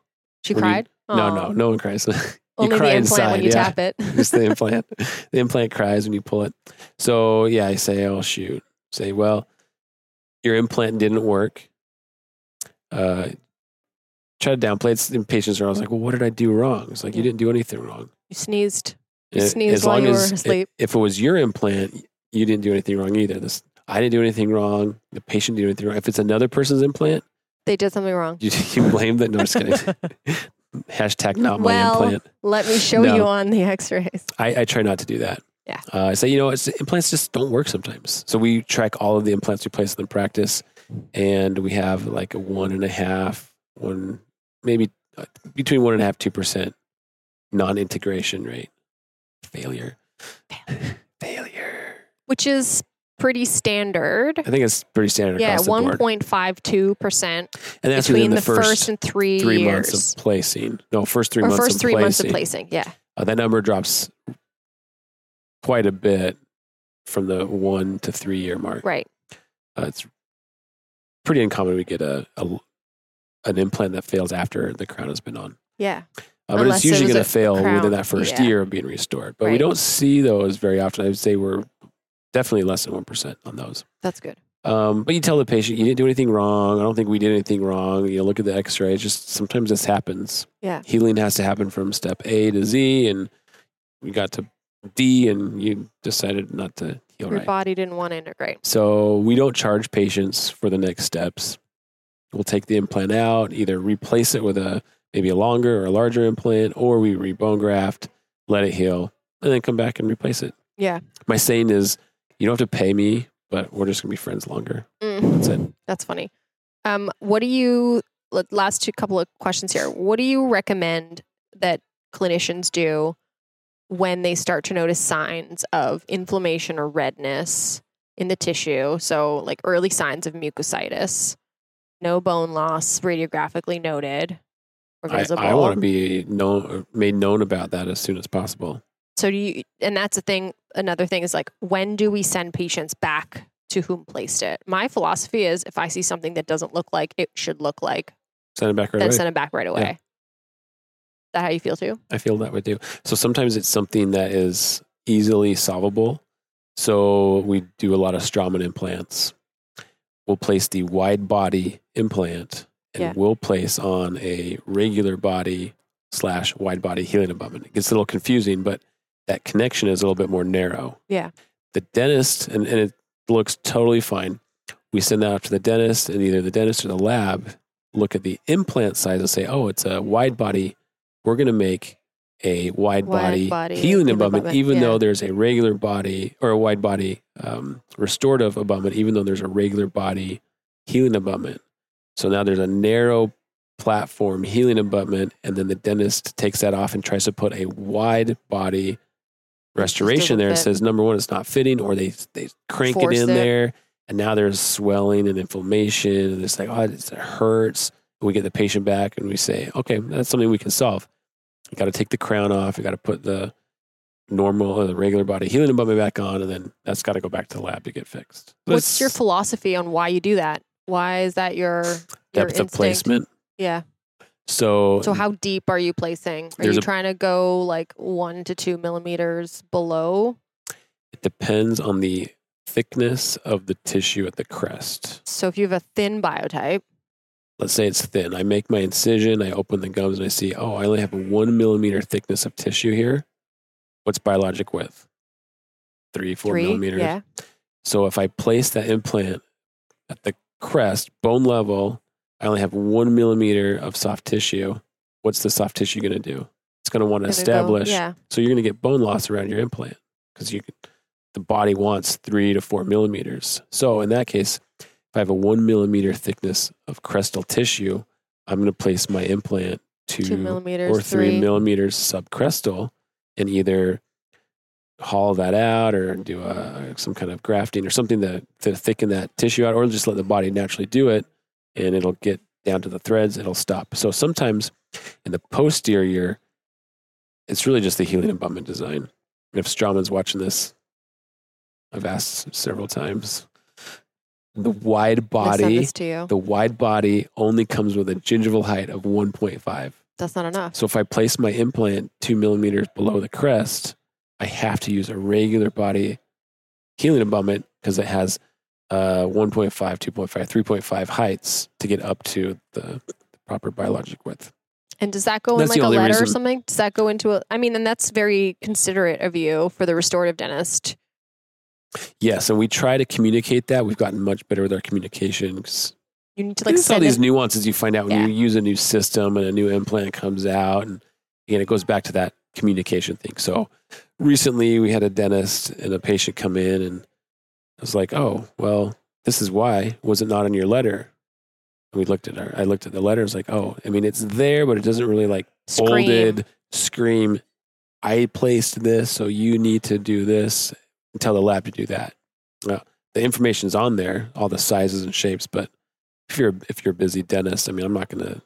B: She
A: when you-
B: cried.
A: No,
B: Aw.
A: no, no one cries. you
B: Only
A: cry
B: the implant
A: inside,
B: when you
A: yeah.
B: tap it.
A: It's the implant. the implant cries when you pull it. So yeah, I say, oh shoot. Say, well, your implant didn't work. Uh, try to downplay it. And patients are always like, well, what did I do wrong? It's like you didn't do anything wrong.
B: you sneezed. You
A: Uh,
B: sneezed while you were asleep.
A: if it was your implant, you didn't do anything wrong either. This I didn't do anything wrong. The patient didn't do anything wrong. If it's another person's implant,
B: They did something wrong.
A: you, you blame that. No, I'm just kidding. Hashtag not my
B: Well,
A: implant.
B: Let me show
A: No.
B: you on the x rays.
A: I, I try not to do that.
B: Yeah.
A: Uh, I say, you know, it's, implants just don't work sometimes. So we track all of the implants we place in practice, and we have like a one and a half, one, maybe uh, between one and a half, two percent non integration rate. Failure. Failure.
B: which is pretty standard.
A: I think it's pretty standard
B: Yeah,
A: across the
B: one
A: board.
B: point five two percent
A: and that's within
B: between the,
A: the,
B: first,
A: first
B: and three,
A: three
B: years,
A: months of placing. No, first three
B: or
A: months
B: first
A: of
B: three
A: placing.
B: months of placing. Yeah,
A: Uh, that number drops quite a bit from the one to three year mark.
B: right.
A: Uh, it's pretty uncommon we get a, a an implant that fails after the crown has been on.
B: Yeah,
A: Uh, but
B: Unless
A: it's
B: it
A: usually
B: was
A: going
B: a
A: to fail
B: crown,
A: within that first
B: yeah.
A: year of being restored. But we
B: Right.
A: don't see those very often. I would say we're definitely less than 1% on those.
B: that's good.
A: Um, but you tell the patient, you didn't do anything wrong. I don't think we did anything wrong. You know, look at the x rays. Just sometimes this happens.
B: Yeah.
A: Healing has to happen from step A to Z. And we got to D and you decided not to heal
B: Your
A: right.
B: body didn't want to integrate.
A: So we don't charge patients for the next steps. We'll take the implant out, either replace it with a maybe a longer or a larger implant, or we rebone graft, let it heal, and then come back and replace it.
B: Yeah.
A: My saying is, you don't have to pay me, but we're just gonna be friends longer.
B: Mm,
A: That's it.
B: that's funny. Um, what do you? l- Last two couple of questions here. What do you recommend that clinicians do when they start to notice signs of inflammation or redness in the tissue? So, like early signs of mucositis, no bone loss, radiographically noted or
A: I,
B: visible.
A: I want to be known, made known about that as soon as possible.
B: so, do you, and that's a thing. Another thing is like, when do we send patients back to whom placed it? My philosophy is if I see something that doesn't look like it should look like,
A: Send it back right
B: then
A: away.
B: send it back right away. Is that how you feel too?
A: I feel that way too. So sometimes it's something that is easily solvable. So we do a lot of Straumann implants. We'll place the wide body implant and
B: Yeah.
A: we'll place on a regular body slash wide body healing abutment. It gets a little confusing, but that connection is a little bit more narrow.
B: Yeah.
A: The dentist, and, and it looks totally fine. We send that out to the dentist, and either the dentist or the lab look at the implant size and say, oh, it's a wide body. We're going to make a wide, body,
B: Wide-body
A: healing
B: healing
A: abutment,
B: abutment,
A: even
B: yeah.
A: though there's a regular body or a wide body um, restorative abutment, even though there's a regular body healing abutment. So now there's a narrow platform healing abutment, and then the dentist takes that off and tries to put a wide body restoration
B: doesn't
A: there. It
B: fit.
A: says number one, it's not fitting, or they they crank
B: Force
A: it in
B: it.
A: there, and now there's swelling and inflammation, and it's like oh, it's- it hurts. We get the patient back, and we say, okay, that's something we can solve. You got to take the crown off. You got to put the normal or the regular body healing above my back on, and then that's got to go back to the lab to get fixed.
B: What's your
A: That's
B: philosophy on why you do that? Why is that your, your
A: depth of
B: instinct?
A: placement?
B: Yeah.
A: So,
B: So how deep are you placing? Are
A: There's
B: you
A: a-
B: trying to go like one to two millimeters below?
A: it depends on the thickness of the tissue at the crest.
B: So if you have a thin biotype,
A: Let's say it's thin. I make my incision, I open the gums, and I see, oh, I only have one millimeter thickness of tissue here. What's biologic width? Three, four
B: three,
A: millimeters.
B: yeah,
A: So if I place that implant at the crest, bone level, I only have one millimeter of soft tissue. What's the soft tissue going to do? It's going to want to
B: gonna go-
A: establish.
B: yeah,
A: So you're going to get bone loss around your implant because you, the body wants three to four millimeters. So in that case, if I have a one millimeter thickness of crestal tissue, I'm going to place my implant to
B: two millimeters,
A: or three,
B: three.
A: millimeters subcrestal and either haul that out or do a, some kind of grafting or something to, to thicken that tissue out or just let the body naturally do it and it'll get down to the threads it'll stop so sometimes in the posterior it's really just the healing abutment design and if strawman's watching this i've asked several times the wide
B: I send
A: body
B: this to you.
A: the wide body only comes with a gingival height of 1.5
B: That's not enough.
A: so if I place my implant two millimeters below the crest, I have to use a regular body healing abutment because it has uh, 1.5, 2.5, 3.5 heights to get up to the, the proper biologic width.
B: And does that go
A: That's
B: in
A: the
B: like a
A: only
B: letter or
A: reason.
B: something? Does that go into a? I mean, and that's very considerate of you for the restorative dentist.
A: Yes, and we try to communicate that. We've gotten much better with our communication 'cause
B: You need to
A: like
B: like
A: all
B: send
A: these
B: an,
A: nuances you find out when
B: Yeah.
A: you use a new system and a new implant comes out and again it goes back to that communication thing so recently we had a dentist and a patient come in and i was like oh well this is why was it not in your letter and we looked at our i looked at the letter it's like oh i mean it's there but it doesn't really like
B: scream.
A: bolded scream i placed this so you need to do this and tell the lab to do that Now, the information's on there all the sizes and shapes but if you're if you're a busy dentist i mean i'm not gonna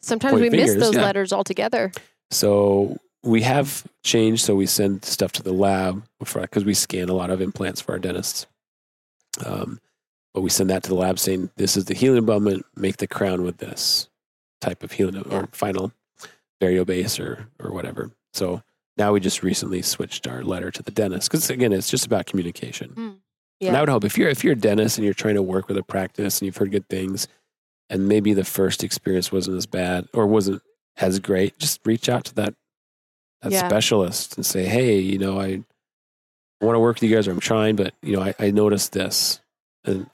B: Sometimes
A: point
B: we miss
A: fingers,
B: those
A: yeah.
B: letters altogether.
A: so we have changed so we send stuff to the lab because we scan a lot of implants for our dentists um, but we send that to the lab saying this is the healing abutment make the crown with this type of healing
B: Yeah.
A: or final burial base or or whatever so now we just recently switched our letter to the dentist because again it's just about communication
B: Hmm.
A: and
B: Yeah.
A: i would hope if you're if you're a dentist and you're trying to work with a practice and you've heard good things and maybe the first experience wasn't as bad or wasn't as great just reach out to that that
B: Yeah.
A: specialist and say hey you know i want to work with you guys or i'm trying but you know i, I noticed this and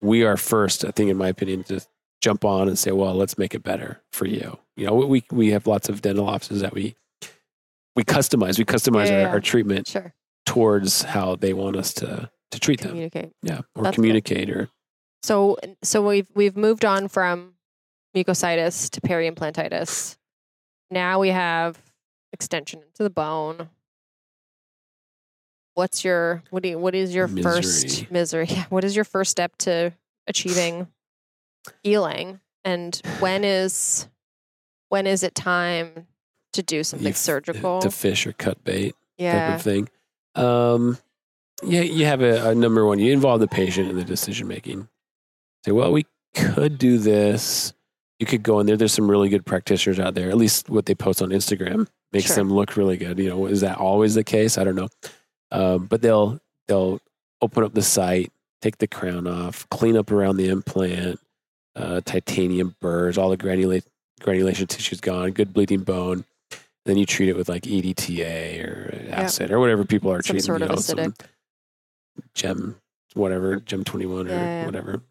A: we are first, I think, in my opinion, to jump on and say, well, let's make it better for you. You know, we, we have lots of dental offices that we, we customize, we customize
B: Yeah, yeah,
A: our,
B: yeah.
A: our treatment
B: Sure.
A: towards how they want us to, to treat them.
B: Communicate.
A: Yeah. Or
B: That's good.
A: communicate or
B: So so we've we've moved on from mucositis to periimplantitis. Now we have extension into the bone. What's your what do you, what is your
A: Misery.
B: first misery? Yeah, what is your first step to achieving healing? And when is when is it time to do something
A: you f-
B: surgical?
A: uh, to fish or cut bait type
B: yeah.
A: of thing. Um, yeah, you have a, a number one. You involve the patient in the decision making. Say, well, we could do this. You could go in there. There's some really good practitioners out there. At least what they post on Instagram makes
B: Sure.
A: them look really good. You know, is that always the case? I don't know. Um, but they'll they'll open up the site, take the crown off, clean up around the implant, uh, titanium burrs, all the granulate granulation tissue's gone, good bleeding bone. Then you treat it with like E EDTA or acid or whatever people are
B: Some
A: treating.
B: sort
A: you
B: of
A: some
B: acidic.
A: gem, whatever, gem 21 or
B: Yeah, yeah.
A: whatever.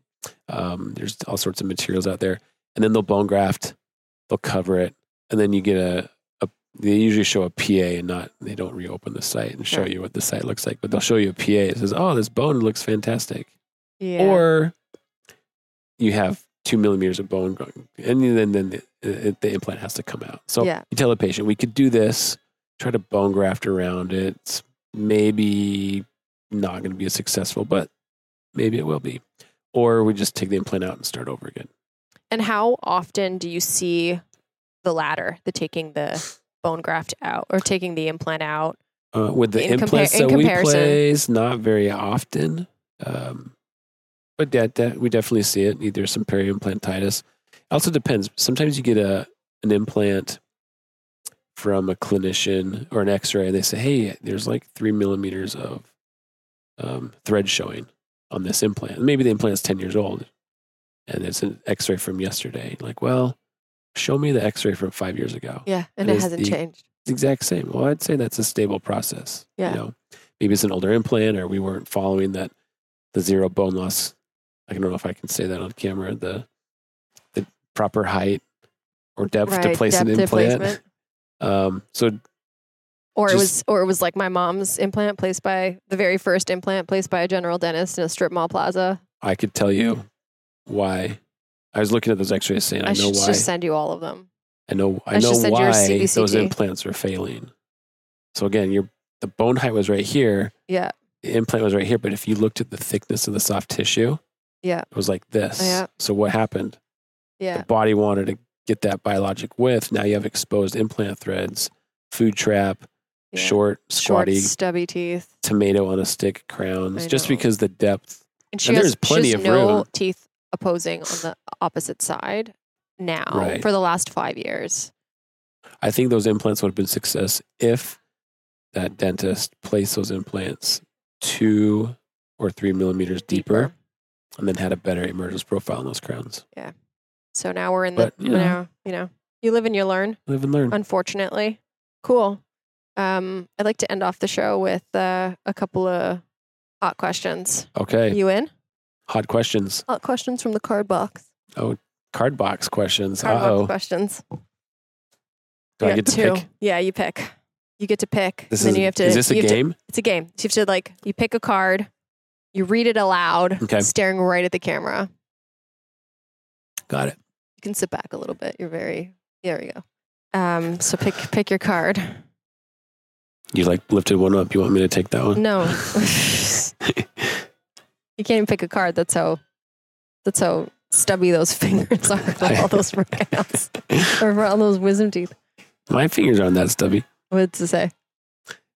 A: Um, there's all sorts of materials out there. And then they'll bone graft, they'll cover it. And then you get a, a they usually show a PA and not, they don't reopen the site and show
B: Sure.
A: you what the site looks like, but they'll show you a PA. It says, oh, this bone looks fantastic
B: Yeah.
A: or you have two millimeters of bone growing, and then then the, it- the implant has to come out. So
B: Yeah.
A: you tell the patient, we could do this, try to bone graft around it. It's maybe not going to be as successful, but maybe it will be. Or we just take the implant out and start over again.
B: And how often do you see the latter, the taking the bone graft out or taking the implant out?
A: uh, with the
B: In compar-
A: implants
B: in
A: that we
B: comparison.
A: plays, not very often. Um, but that, that we definitely see it. Either some peri-implantitis. Also depends. Sometimes you get a an implant from a clinician or an X-ray, and they say, "Hey, there's like three millimeters of um, thread showing on this implant." Maybe the implant's ten years old, and it's an X-ray from yesterday. Like, well, show me the X-ray from five years ago
B: Yeah, and
A: It
B: it
A: is
B: hasn't
A: the-
B: changed.
A: the exact same. Well, I'd say that's a stable process.
B: Yeah.
A: You know, maybe it's an older implant or we weren't following that the zero bone loss. I don't know if I can say that on camera. The the proper height or depth to place an
B: depth
A: implant.
B: replacement.
A: Um, so
B: Or it
A: Just-
B: was, or it was like my mom's implant placed by the very first implant placed by a general dentist in a strip mall plaza.
A: I could tell you why. I was looking at those X-rays saying, I,
B: I,
A: know
B: should
A: why.
B: just send you all of them.
A: I know. I
B: I should
A: know
B: send you your
A: why
B: CBCT.
A: those implants are failing. So again, your the bone height was right here.
B: Yeah,
A: the implant was right here, but if you looked at the thickness of the soft tissue,
B: Yeah.
A: it was like this.
B: Yeah.
A: So what happened?
B: yeah,
A: The body wanted to get that biologic width. Now you have exposed implant threads, food trap,
B: yeah.
A: short,
B: Short,
A: squatty,
B: stubby teeth.
A: tomato on a stick crowns.
B: I
A: Just
B: know.
A: because the depth,
B: And she
A: And
B: has,
A: there's plenty
B: she has
A: of
B: no
A: room.
B: teeth opposing on the opposite side now
A: Right.
B: for the last five years.
A: I think those implants would have been success if that dentist placed those implants two or three millimeters deeper, and then had a better emergence profile on those crowns.
B: So now we're in the
A: But, you know. Mm.
B: now, you know, you live and you learn.
A: Live and learn.
B: unfortunately. Cool. Um, I'd like to end off the show with uh, a couple of hot questions.
A: Okay.
B: You in?
A: Hot questions.
B: Hot questions from the card box.
A: Card box questions.
B: Card
A: Uh oh.
B: box questions.
A: Do
B: You
A: I
B: got
A: get to
B: two.
A: pick?
B: Yeah, you pick. You get to pick.
A: This
B: and
A: is,
B: then you have to.
A: is this a
B: you have to-
A: game?
B: it's a game. So you have to like you pick a card, you read it aloud,
A: Okay.
B: staring right at the camera.
A: Got it.
B: You can sit back a little bit. You're very there. We go. Um, so pick pick your card.
A: You like lifted one up. You want me to take that one?
B: No. You can't even pick a card. That's how. That's how stubby those fingers are for all those roundhouse or for all those wisdom teeth.
A: My fingers aren't that stubby.
B: What's it say?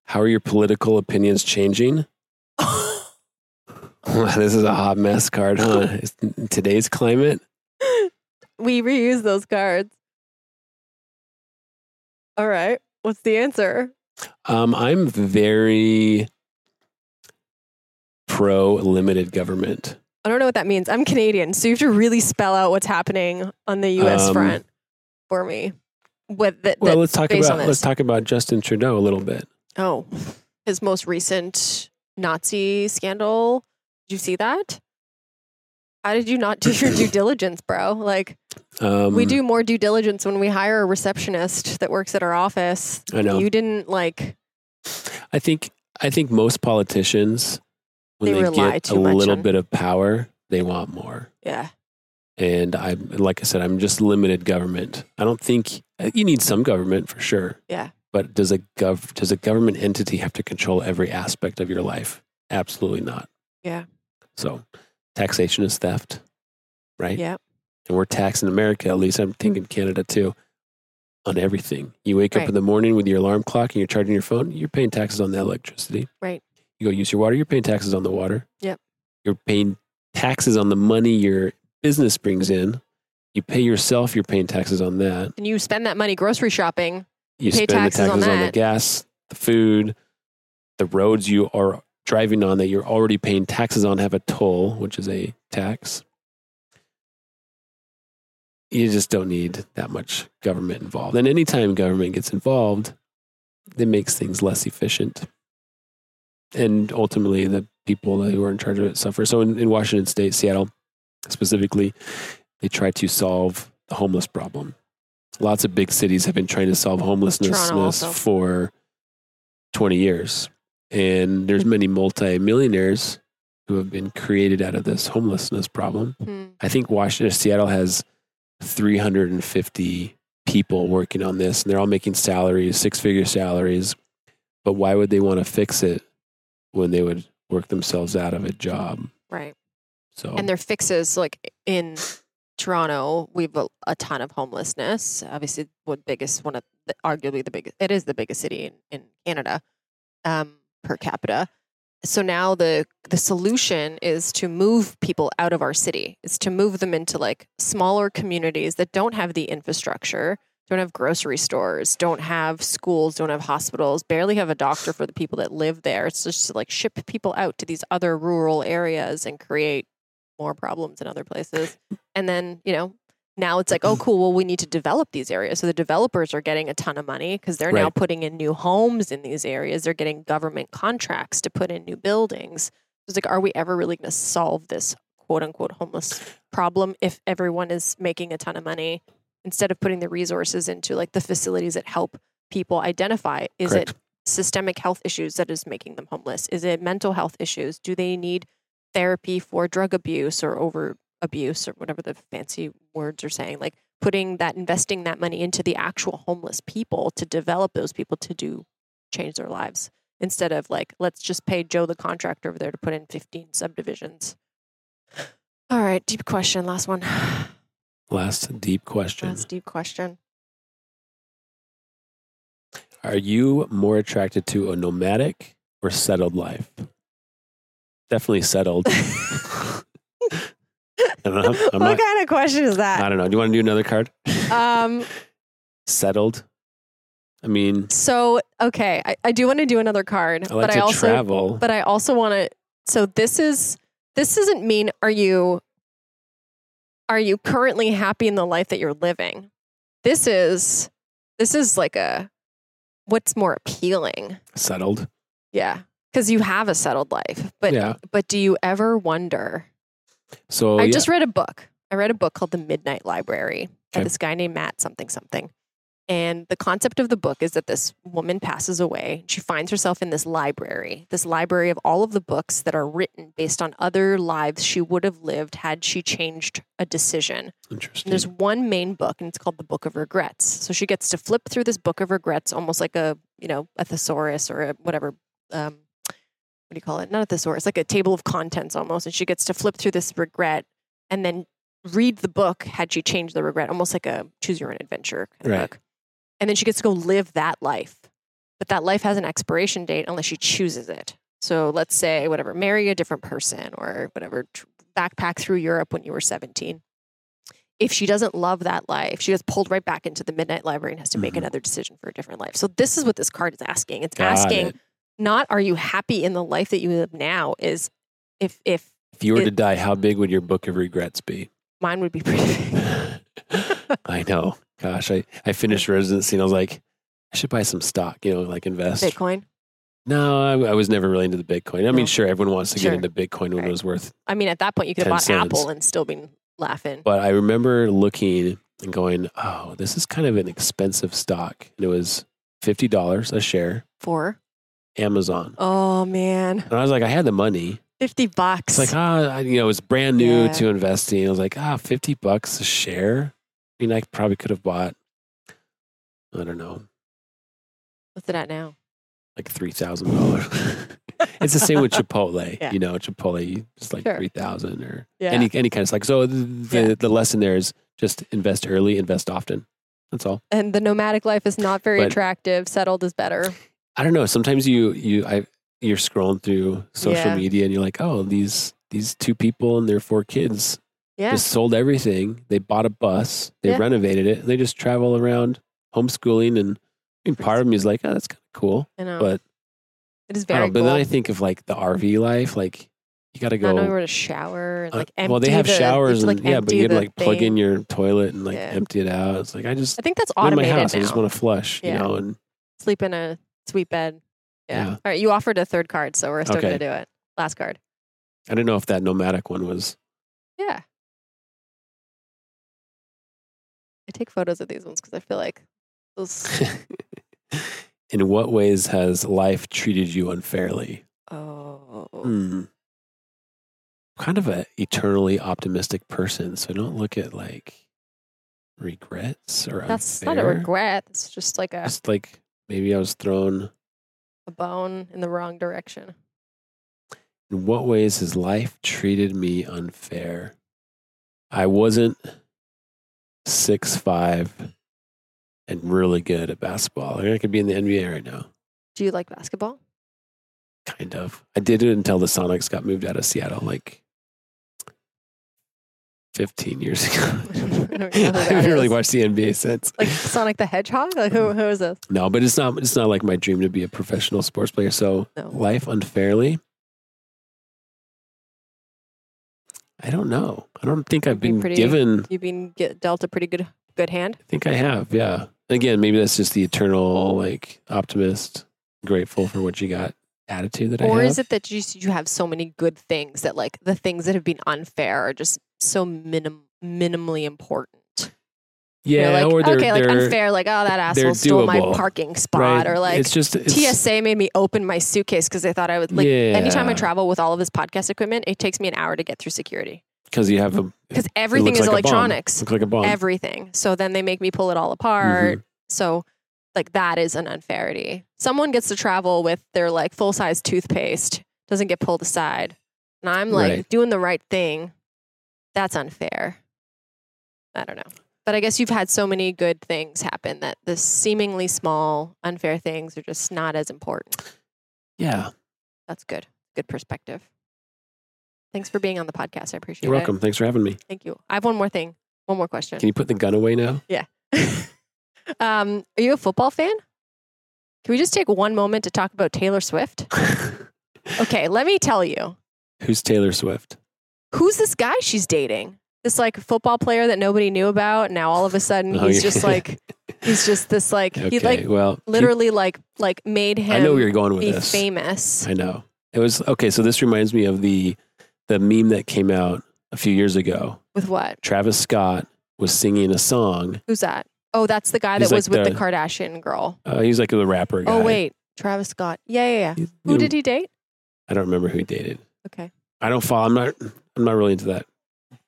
A: How are your political opinions changing? this is a hot mess card, huh? It's- in today's climate.
B: we reuse those cards. All right. What's the answer?
A: Um, I'm very pro limited government.
B: I don't know what that means. I'm Canadian, so you have to really spell out what's happening on the U.S.
A: Um,
B: front for me. What that?
A: Well,
B: that-
A: let's talk
B: based
A: about
B: on
A: let's
B: this.
A: talk about Justin Trudeau a little bit.
B: oh, his most recent Nazi scandal. Did you see that? How did you not do your due diligence, bro? Like,
A: Um,
B: we do more due diligence when we hire a receptionist that works at our office.
A: I know.
B: You didn't like
A: I think I think most politicians when
B: They
A: they,
B: rely
A: get a
B: too much
A: little
B: on-
A: bit of power, they want more.
B: yeah.
A: and I like I said, I'm just limited government. I don't think uh, you need some government for sure.
B: Yeah.
A: But does a gov does a government entity have to control every aspect of your life? Absolutely not.
B: Yeah.
A: So taxation is theft, right?
B: Yeah.
A: And we're taxed in America, at least I'm thinking Canada too, on everything. You wake
B: Mm-hmm. Right.
A: up in the morning with your alarm clock and you're charging your phone, you're paying taxes on the electricity.
B: Right.
A: You go use your water, you're paying taxes on the water.
B: Yep.
A: You're paying taxes on the money your business brings in. You pay yourself, you're paying taxes on that.
B: And you spend that money grocery shopping.
A: You
B: Pay
A: spend
B: taxes
A: the
B: on
A: taxes on, the
B: that.
A: gas, the food, the roads you are driving on that you're already paying taxes on have a toll, which is a tax. You just don't need that much government involved. And anytime government gets involved, it makes things less efficient. And ultimately, the people who are in charge of it suffer. So in, in Washington state, Seattle specifically, they try to solve the homeless problem. Lots of big cities have been trying to solve homelessness
B: also.
A: for 20 years. And there's many multimillionaires who have been created out of this homelessness problem.
B: Hmm.
A: I think Washington, Seattle has 350 people working on this, and they're all making salaries, six figure salaries. But why would they want to fix it when they would work themselves out of a job?
B: Right.
A: So
B: And their fixes like in Toronto, we've a, a ton of homelessness. Obviously, one biggest one of the, arguably the biggest. It is the biggest city in, in Canada. um, per capita. So now the the solution is to move people out of our city. Is to move them into like smaller communities that don't have the infrastructure, don't have grocery stores, don't have schools, don't have hospitals, barely have a doctor for the people that live there. It's just to, like ship people out to these other rural areas and create more problems in other places. And then, you know, now it's like, oh, cool. Well, we need to develop these areas. So the developers are getting a ton of money because they're now
A: Right.
B: putting in new homes in these areas. They're getting government contracts to put in new buildings. It's like, are we ever really going to solve this quote unquote homeless problem if everyone is making a ton of money instead of putting the resources into like the facilities that help people identify? Is it
A: Correct.
B: systemic health issues that is making them homeless? Is it mental health issues? Do they need therapy for drug abuse or over abuse or whatever the fancy words are saying? Like putting that, investing that money into the actual homeless people to develop those people to do change their lives instead of like, let's just pay Joe the contractor over there to put in 15 subdivisions. All right, deep question. Last one.
A: Last deep question.
B: Last deep question.
A: Are you more attracted to a nomadic or settled life? Definitely settled. I don't know. I'm
B: what
A: not,
B: kind of question is
A: I
B: that?
A: don't know. Do you want to do another card?
B: Um,
A: settled. I mean,
B: So okay, I, I do want to do another card,
A: I like
B: but
A: to
B: I also
A: travel.
B: but I also want to. So this is this doesn't mean are you are you currently happy in the life that you're living? This is this is like a what's more appealing,
A: settled.
B: yeah, because you have a settled life, but
A: yeah.
B: but do you ever wonder?
A: So
B: I
A: Oh, yeah.
B: just read a book. I read a book called The Midnight Library by
A: Okay.
B: this guy named Matt something something. And the concept of the book is that this woman passes away. She finds herself in this library, this library of all of the books that are written based on other lives she would have lived had she changed a decision.
A: interesting.
B: And there's one main book, and it's called the Book of Regrets. So she gets to flip through this Book of Regrets, almost like a you know a thesaurus or a whatever. Um, what do you call it? Not a thesaurus, like a table of contents almost. And she gets to flip through this regret and then read the book had she changed the regret, almost like a choose your own adventure kind of
A: Right.
B: book. And then she gets to go live that life. But that life has an expiration date unless she chooses it. So let's say, whatever, marry a different person or whatever, tr- backpack through Europe when you were 17 if she doesn't love that life, she gets pulled right back into the midnight library and has to make
A: Mhm.
B: another decision for a different life. So this is what this card is asking. It's
A: Got
B: asking
A: it.
B: not are you happy in the life that you live now is if if
A: If you were to
B: it-
A: die, how big would your book of regrets be?
B: mine would be pretty
A: I know. Gosh, I, I finished residency and I was like, I should buy some stock, you know, like invest.
B: Bitcoin.
A: No, I, I was never really into the Bitcoin. I mean,
B: No.
A: sure, everyone wants to
B: Sure.
A: get into Bitcoin when
B: Right.
A: it was worth,
B: I mean, at that point you could have
A: 10
B: bought
A: cents.
B: Apple and still been laughing.
A: but I remember looking and going, oh, this is kind of an expensive stock. And it was $50 a share,
B: Four.
A: Amazon.
B: Oh man.
A: And I was like, I had the money.
B: Fifty bucks.
A: It's like, ah, I- you know, it's brand new
B: Yeah.
A: to investing. I was like, ah, 50 bucks a share. I mean, I probably could have bought, I don't know,
B: What's it at now?
A: like three thousand dollars. it's the same with Chipotle.
B: Yeah.
A: You know, Chipotle is like
B: Sure.
A: three thousand or
B: Yeah.
A: any any kind of stock. So the, the
B: Yeah.
A: the lesson there is just invest early, invest often. That's all.
B: and the nomadic life is not very
A: But-
B: attractive. Settled is better.
A: I don't know. Sometimes you you I you're scrolling through social
B: Yeah.
A: media and you're like, oh, these these two people and their four kids
B: Yeah.
A: just sold everything. They bought a bus. They
B: Yeah.
A: renovated it. They just travel around homeschooling and. I mean, part of me is like, oh, that's kind of cool.
B: you know.
A: but-
B: it is
A: I
B: very
A: don't know, but then I
B: cool.
A: think of like the RV life. Like, you got to
B: I
A: go.
B: don't know where to shower and
A: Uh,
B: like empty
A: well, they have
B: the-
A: showers
B: to,
A: and yeah, but
B: empty
A: you had to
B: the
A: like plug in
B: thing.
A: your toilet and like
B: Yeah.
A: empty it out. It's like I just
B: I think that's
A: I'm in my
B: automated
A: house.
B: now.
A: I just want to flush,
B: Yeah.
A: you know. And
B: Sleep in a sweet bed. Yeah.
A: Yeah.
B: All right, you offered a third card, so we're still
A: Okay.
B: gonna do it. Last card.
A: I don't know if that nomadic one was.
B: Yeah. I take photos of these ones because I feel like those.
A: In what ways has life treated you unfairly?
B: oh.
A: Hmm. I'm kind of a eternally optimistic person, so I don't look at like regrets or
B: That's
A: unfair.
B: not a regret. It's just like a,
A: Just like maybe I was thrown.
B: a bone in the wrong direction.
A: In what ways has life treated me unfair? I wasn't six five and really good at basketball. I, mean, I could be in the NBA right now.
B: Do you like basketball?
A: Kind of. I did it until the Sonics got moved out of Seattle like 15 years ago.
B: don't know
A: I
B: who that
A: haven't really
B: is.
A: watched the NBA since.
B: Like Sonic the Hedgehog? Like who, who is this?
A: No, but it's not it's not like my dream to be a professional sports player. So
B: No.
A: life unfairly. I don't know. I don't think I've
B: Be
A: been
B: pretty-
A: given
B: You've been get dealt a pretty good good hand.
A: I think I have, yeah. Again, maybe that's just the eternal like optimist, grateful for what you got attitude that I
B: Or
A: have.
B: is it that you s- you have so many good things that like the things that have been unfair are just so minim minimally important? You're
A: yeah,
B: like,
A: or they're,
B: okay, like
A: they're,
B: unfair, like oh that asshole stole my
A: doable,
B: parking spot,
A: right?
B: or like
A: it's just it's,
B: TSA made me open my suitcase because they thought I would like. Anytime I travel with all of this podcast equipment, it takes me an hour to get through security
A: because you have a
B: because everything
A: looks
B: is
A: like a bomb.
B: electronics,
A: look like a bomb.
B: everything. So then they make me pull it all apart.
A: Mm-hmm.
B: So like that is an unfairity. Someone gets to travel with their like full size toothpaste, doesn't get pulled aside, and I'm like
A: Right.
B: doing the right thing. That's unfair. I don't know. But I guess you've had so many good things happen that the seemingly small unfair things are just not as important.
A: Yeah,
B: That's good. Good perspective. Thanks for being on the podcast. I appreciate
A: you're
B: it.
A: welcome. Thanks for having me.
B: Thank you. I have one more thing. One more question.
A: Can you put the gun away now?
B: um, are you a football fan? Can we just take one moment to talk about Taylor Swift? Okay, let me tell you.
A: Who's Taylor Swift?
B: Who's this guy she's dating? This like football player that nobody knew about. Now all of a sudden
A: Oh,
B: he's
A: yeah.
B: just like he's just this like
A: Okay,
B: he like
A: well, keep-
B: literally like like made him
A: I know where you're going with
B: be
A: this.
B: famous.
A: I know. It was okay. So this reminds me of the the meme that came out a few years ago.
B: With what?
A: Travis Scott was singing a song.
B: Who's that? Oh, that's the guy
A: He's
B: that
A: like
B: was with the,
A: the-
B: Kardashian girl.
A: Uh, he was like a rapper guy.
B: Oh wait, Travis Scott. Yeah, yeah, yeah.
A: He-
B: Who did he date?
A: I don't remember who he dated.
B: Okay.
A: I don't follow. I'm not. I'm not really into that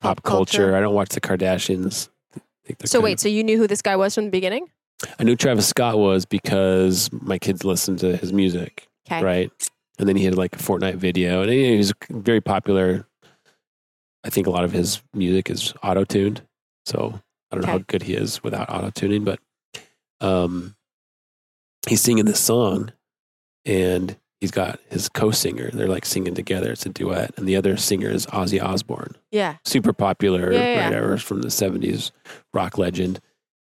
A: pop, culture. I don't watch the Kardashians. I think they're
B: So
A: kind
B: wait, so you knew who this guy was from the beginning?
A: of- I knew Travis Scott was because my kids listened to his music,
B: Okay.
A: right? And then he had like a Fortnite video, and he he was very popular. I think a lot of his music is auto tuned, so I don't know how
B: Okay.
A: good he is without auto tuning, but um, he's singing this song, and he's got his co-singer. They're like singing together; it's a duet, and the other singer is Ozzy Osbourne.
B: Yeah.
A: super popular
B: Yeah, yeah, yeah.
A: whatever from the 70s rock legend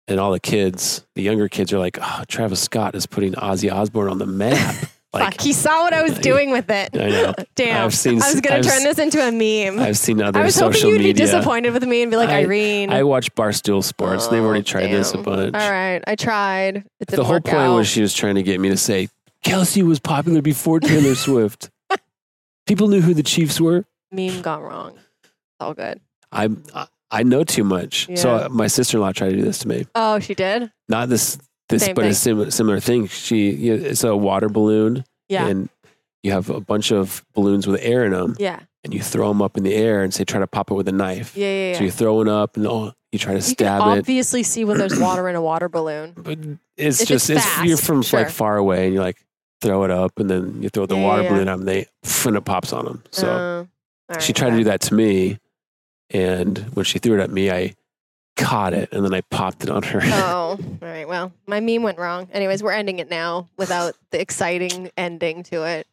A: and all the kids the younger kids are like oh, travis scott is putting ozzy osbourne on the map like
B: Fuck, he saw what I was
A: I-
B: doing with it.
A: I know.
B: Damn.
A: I've seen-
B: I was gonna
A: I've
B: turn
A: s-
B: this into a meme.
A: i've seen other
B: I was hoping
A: social
B: you'd be
A: media
B: disappointed with me and be like
A: I-
B: Irene.
A: i watch barstool sports they've already
B: Oh,
A: tried this a
B: damn.
A: bunch
B: All right, I tried. It didn't
A: the whole
B: work
A: point
B: out.
A: was she was trying to get me to say kelsey was popular before taylor swift people knew who the chiefs were
B: meme got wrong. It's all good.
A: i'm I- I know too much.
B: Yeah.
A: So uh, my sister-in-law tried to do this to me.
B: Oh, she did.
A: Not this, this,
B: Same
A: but
B: thing.
A: a similar, similar thing. She, you it's a water balloon,
B: Yeah.
A: and you have a bunch of balloons with air in them,
B: yeah.
A: and you throw them up in the air and say, try to pop it with a knife.
B: Yeah. Yeah. Yeah.
A: So you're throwing up, and oh, you try to
B: you can
A: stab it.
B: obviously see when there's water in a water balloon.
A: But it's
B: If
A: just,
B: it's
A: it's, you're
B: fast,
A: from
B: sure.
A: like far away, and you like throw it up, and then you throw the
B: Yeah, yeah,
A: water
B: yeah.
A: balloon up, and they and it pops on them. So
B: Uh, all
A: she
B: right,
A: tried to
B: okay.
A: do that to me, and when she threw it at me, I caught it, and then I popped it on her.
B: Oh, all right. Well, my meme went wrong. Anyways, we're ending it now without the exciting ending to it.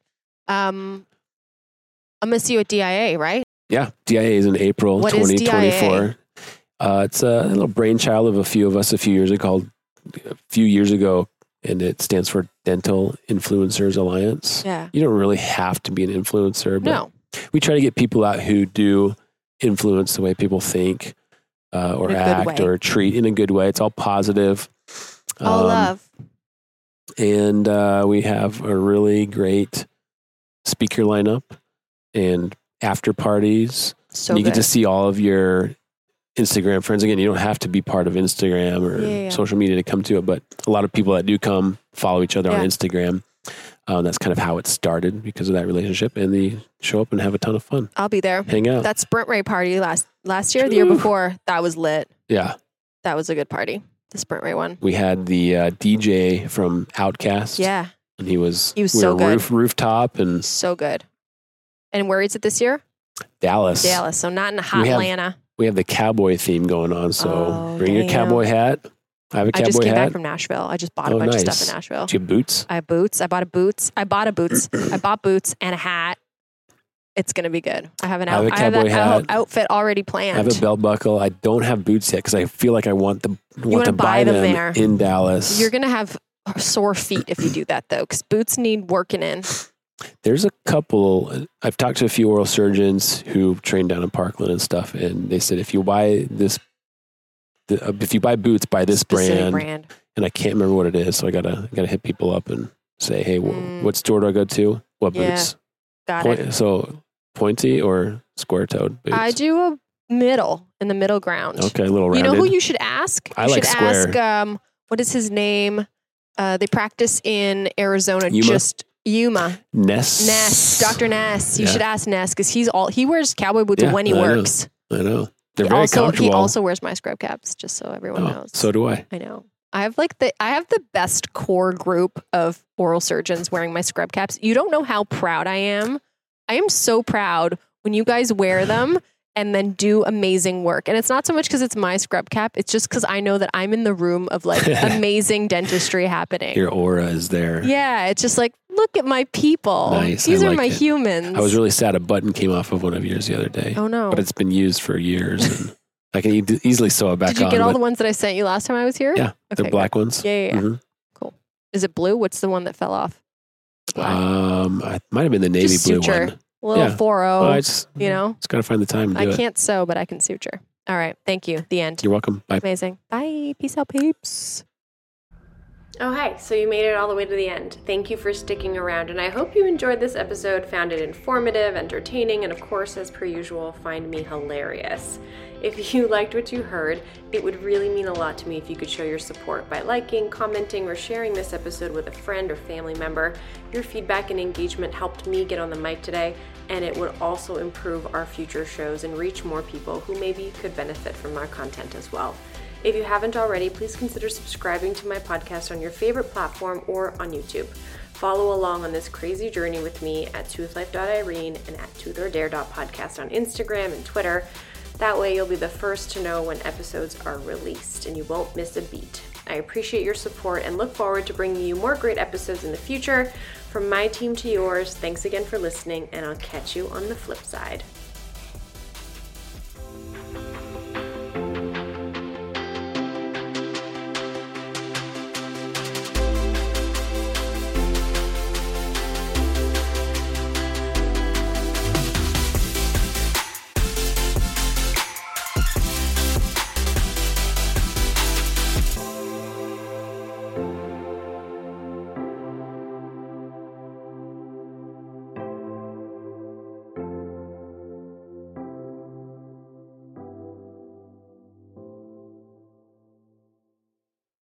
B: Um, I'm gonna see you at DIA, right?
A: Yeah, DIA is in April
B: What is
A: 2024. Uh, it's a little brainchild of a few of us a few years ago, called a few years ago, and it stands for Dental Influencers Alliance.
B: Yeah.
A: You don't really have to be an influencer, but
B: No,
A: we try to get people out who do influence the way people think uh, or
B: In a good
A: act
B: way.
A: or treat in a good way. It's all positive.
B: all
A: Um,
B: love.
A: and uh, we have a really great speaker lineup and after parties
B: So
A: and you
B: good.
A: get to see all of your Instagram friends again. You don't have to be part of Instagram or
B: Yeah, yeah, yeah.
A: social media to come to it, but a lot of people that do come follow each other
B: Yeah.
A: on Instagram. Um, that's kind of how it started because of that relationship, and they show up and have a ton of fun,
B: I'll be there.
A: hang out.
B: That sprint ray party last last year, the year
A: Ooh.
B: before, that was lit.
A: yeah,
B: That was a good party. The sprint ray one.
A: we had the uh, DJ from Outcast.
B: Yeah,
A: and he was
B: He was
A: we
B: so
A: were
B: good.
A: Roof, rooftop and
B: so good. And where is it this year?
A: Dallas.
B: Dallas. So not in hot
A: We have-
B: Atlanta.
A: We have the cowboy theme going on, so
B: Oh,
A: bring your
B: damn.
A: cowboy hat, I have a
B: I just
A: cowboy
B: came
A: hat.
B: back from Nashville. I just bought
A: Oh,
B: a bunch of
A: nice.
B: stuff in Nashville.
A: Do you have boots?
B: I have boots. I bought a boots. I bought a boots. I bought boots and a hat. It's gonna be good. I have an
A: I have
B: out-
A: a
B: I have
A: cowboy
B: an out-
A: hat.
B: outfit already
A: I have
B: planned.
A: a belt buckle. I don't have boots yet because I feel like I want the want
B: wanna
A: to buy,
B: buy them
A: them,
B: there.
A: in Dallas.
B: You're gonna have sore feet if you do that though, because boots need working in.
A: There's a couple. I've talked to a few oral surgeons who train down in Parkland and stuff, and they said if you buy this, the, uh, if you buy boots, buy this
B: Specific
A: brand, And I can't remember what it is, so I gotta gotta hit people up and say, hey, wh-
B: Mm.
A: what store do I go to? What
B: Yeah,
A: boots?
B: Got it.
A: Point, so pointy or square toed boots?
B: I do a middle in the middle ground.
A: Okay, a little
B: You
A: rounded.
B: know who you should ask?
A: I
B: you
A: like
B: should
A: square.
B: ask um, what is his name? Uh, they practice in Arizona.
A: Yuma?
B: Just Yuma
A: Ness.
B: Ness, Doctor Ness. You
A: Yeah.
B: should ask Ness because he's all he wears cowboy boots
A: Yeah,
B: when he
A: I know.
B: works.
A: I know they're
B: He
A: very
B: also,
A: comfortable.
B: He also wears my scrub caps, just so everyone
A: Oh,
B: knows.
A: so do I.
B: I know. I have like the I have the best core group of oral surgeons wearing my scrub caps. You don't know how proud I am. I am so proud when you guys wear them and then do amazing work. And it's not so much because it's my scrub cap. It's just because I know that I'm in the room of like amazing dentistry happening.
A: Your aura is there.
B: yeah, it's just like look at my people.
A: Nice, I
B: These are
A: like
B: my
A: it.
B: humans.
A: I was really sad a button came off of one of yours the other day,
B: oh no!
A: but it's been used for years, and I can e- easily sew it back
B: Did you
A: on.
B: get all
A: but
B: the ones that I sent you last time I was here?
A: Yeah,
B: okay,
A: the
B: good.
A: black ones.
B: Yeah, yeah, yeah.
A: Mhm.
B: Is it blue? What's the one that fell off?
A: Um, I might have been the navy
B: Just
A: blue
B: suture.
A: one.
B: Little
A: Yeah.
B: four O.
A: Well, I just,
B: you know?
A: just gotta find the time to
B: I
A: do it.
B: can't sew, but I can suture. All right. Thank you. The end.
A: You're welcome. Bye.
B: Amazing. Bye. Peace out, peeps.
C: Oh, hey, so you made it all the way to the end. Thank you for sticking around, and I hope you enjoyed this episode, found it informative, entertaining, and of course, as per usual, find me hilarious. If you liked what you heard, it would really mean a lot to me if you could show your support by liking, commenting, or sharing this episode with a friend or family member. Your feedback and engagement helped me get on the mic today, and it would also improve our future shows and reach more people who maybe could benefit from our content as well. If you haven't already, please consider subscribing to my podcast on your favorite platform or on YouTube. Follow along on this crazy journey with me at toothlife.irene and at toothordare.podcast on Instagram and Twitter. That way, you'll be the first to know when episodes are released and you won't miss a beat. I appreciate your support and look forward to bringing you more great episodes in the future. From my team to yours, thanks again for listening, and I'll catch you on the flip side.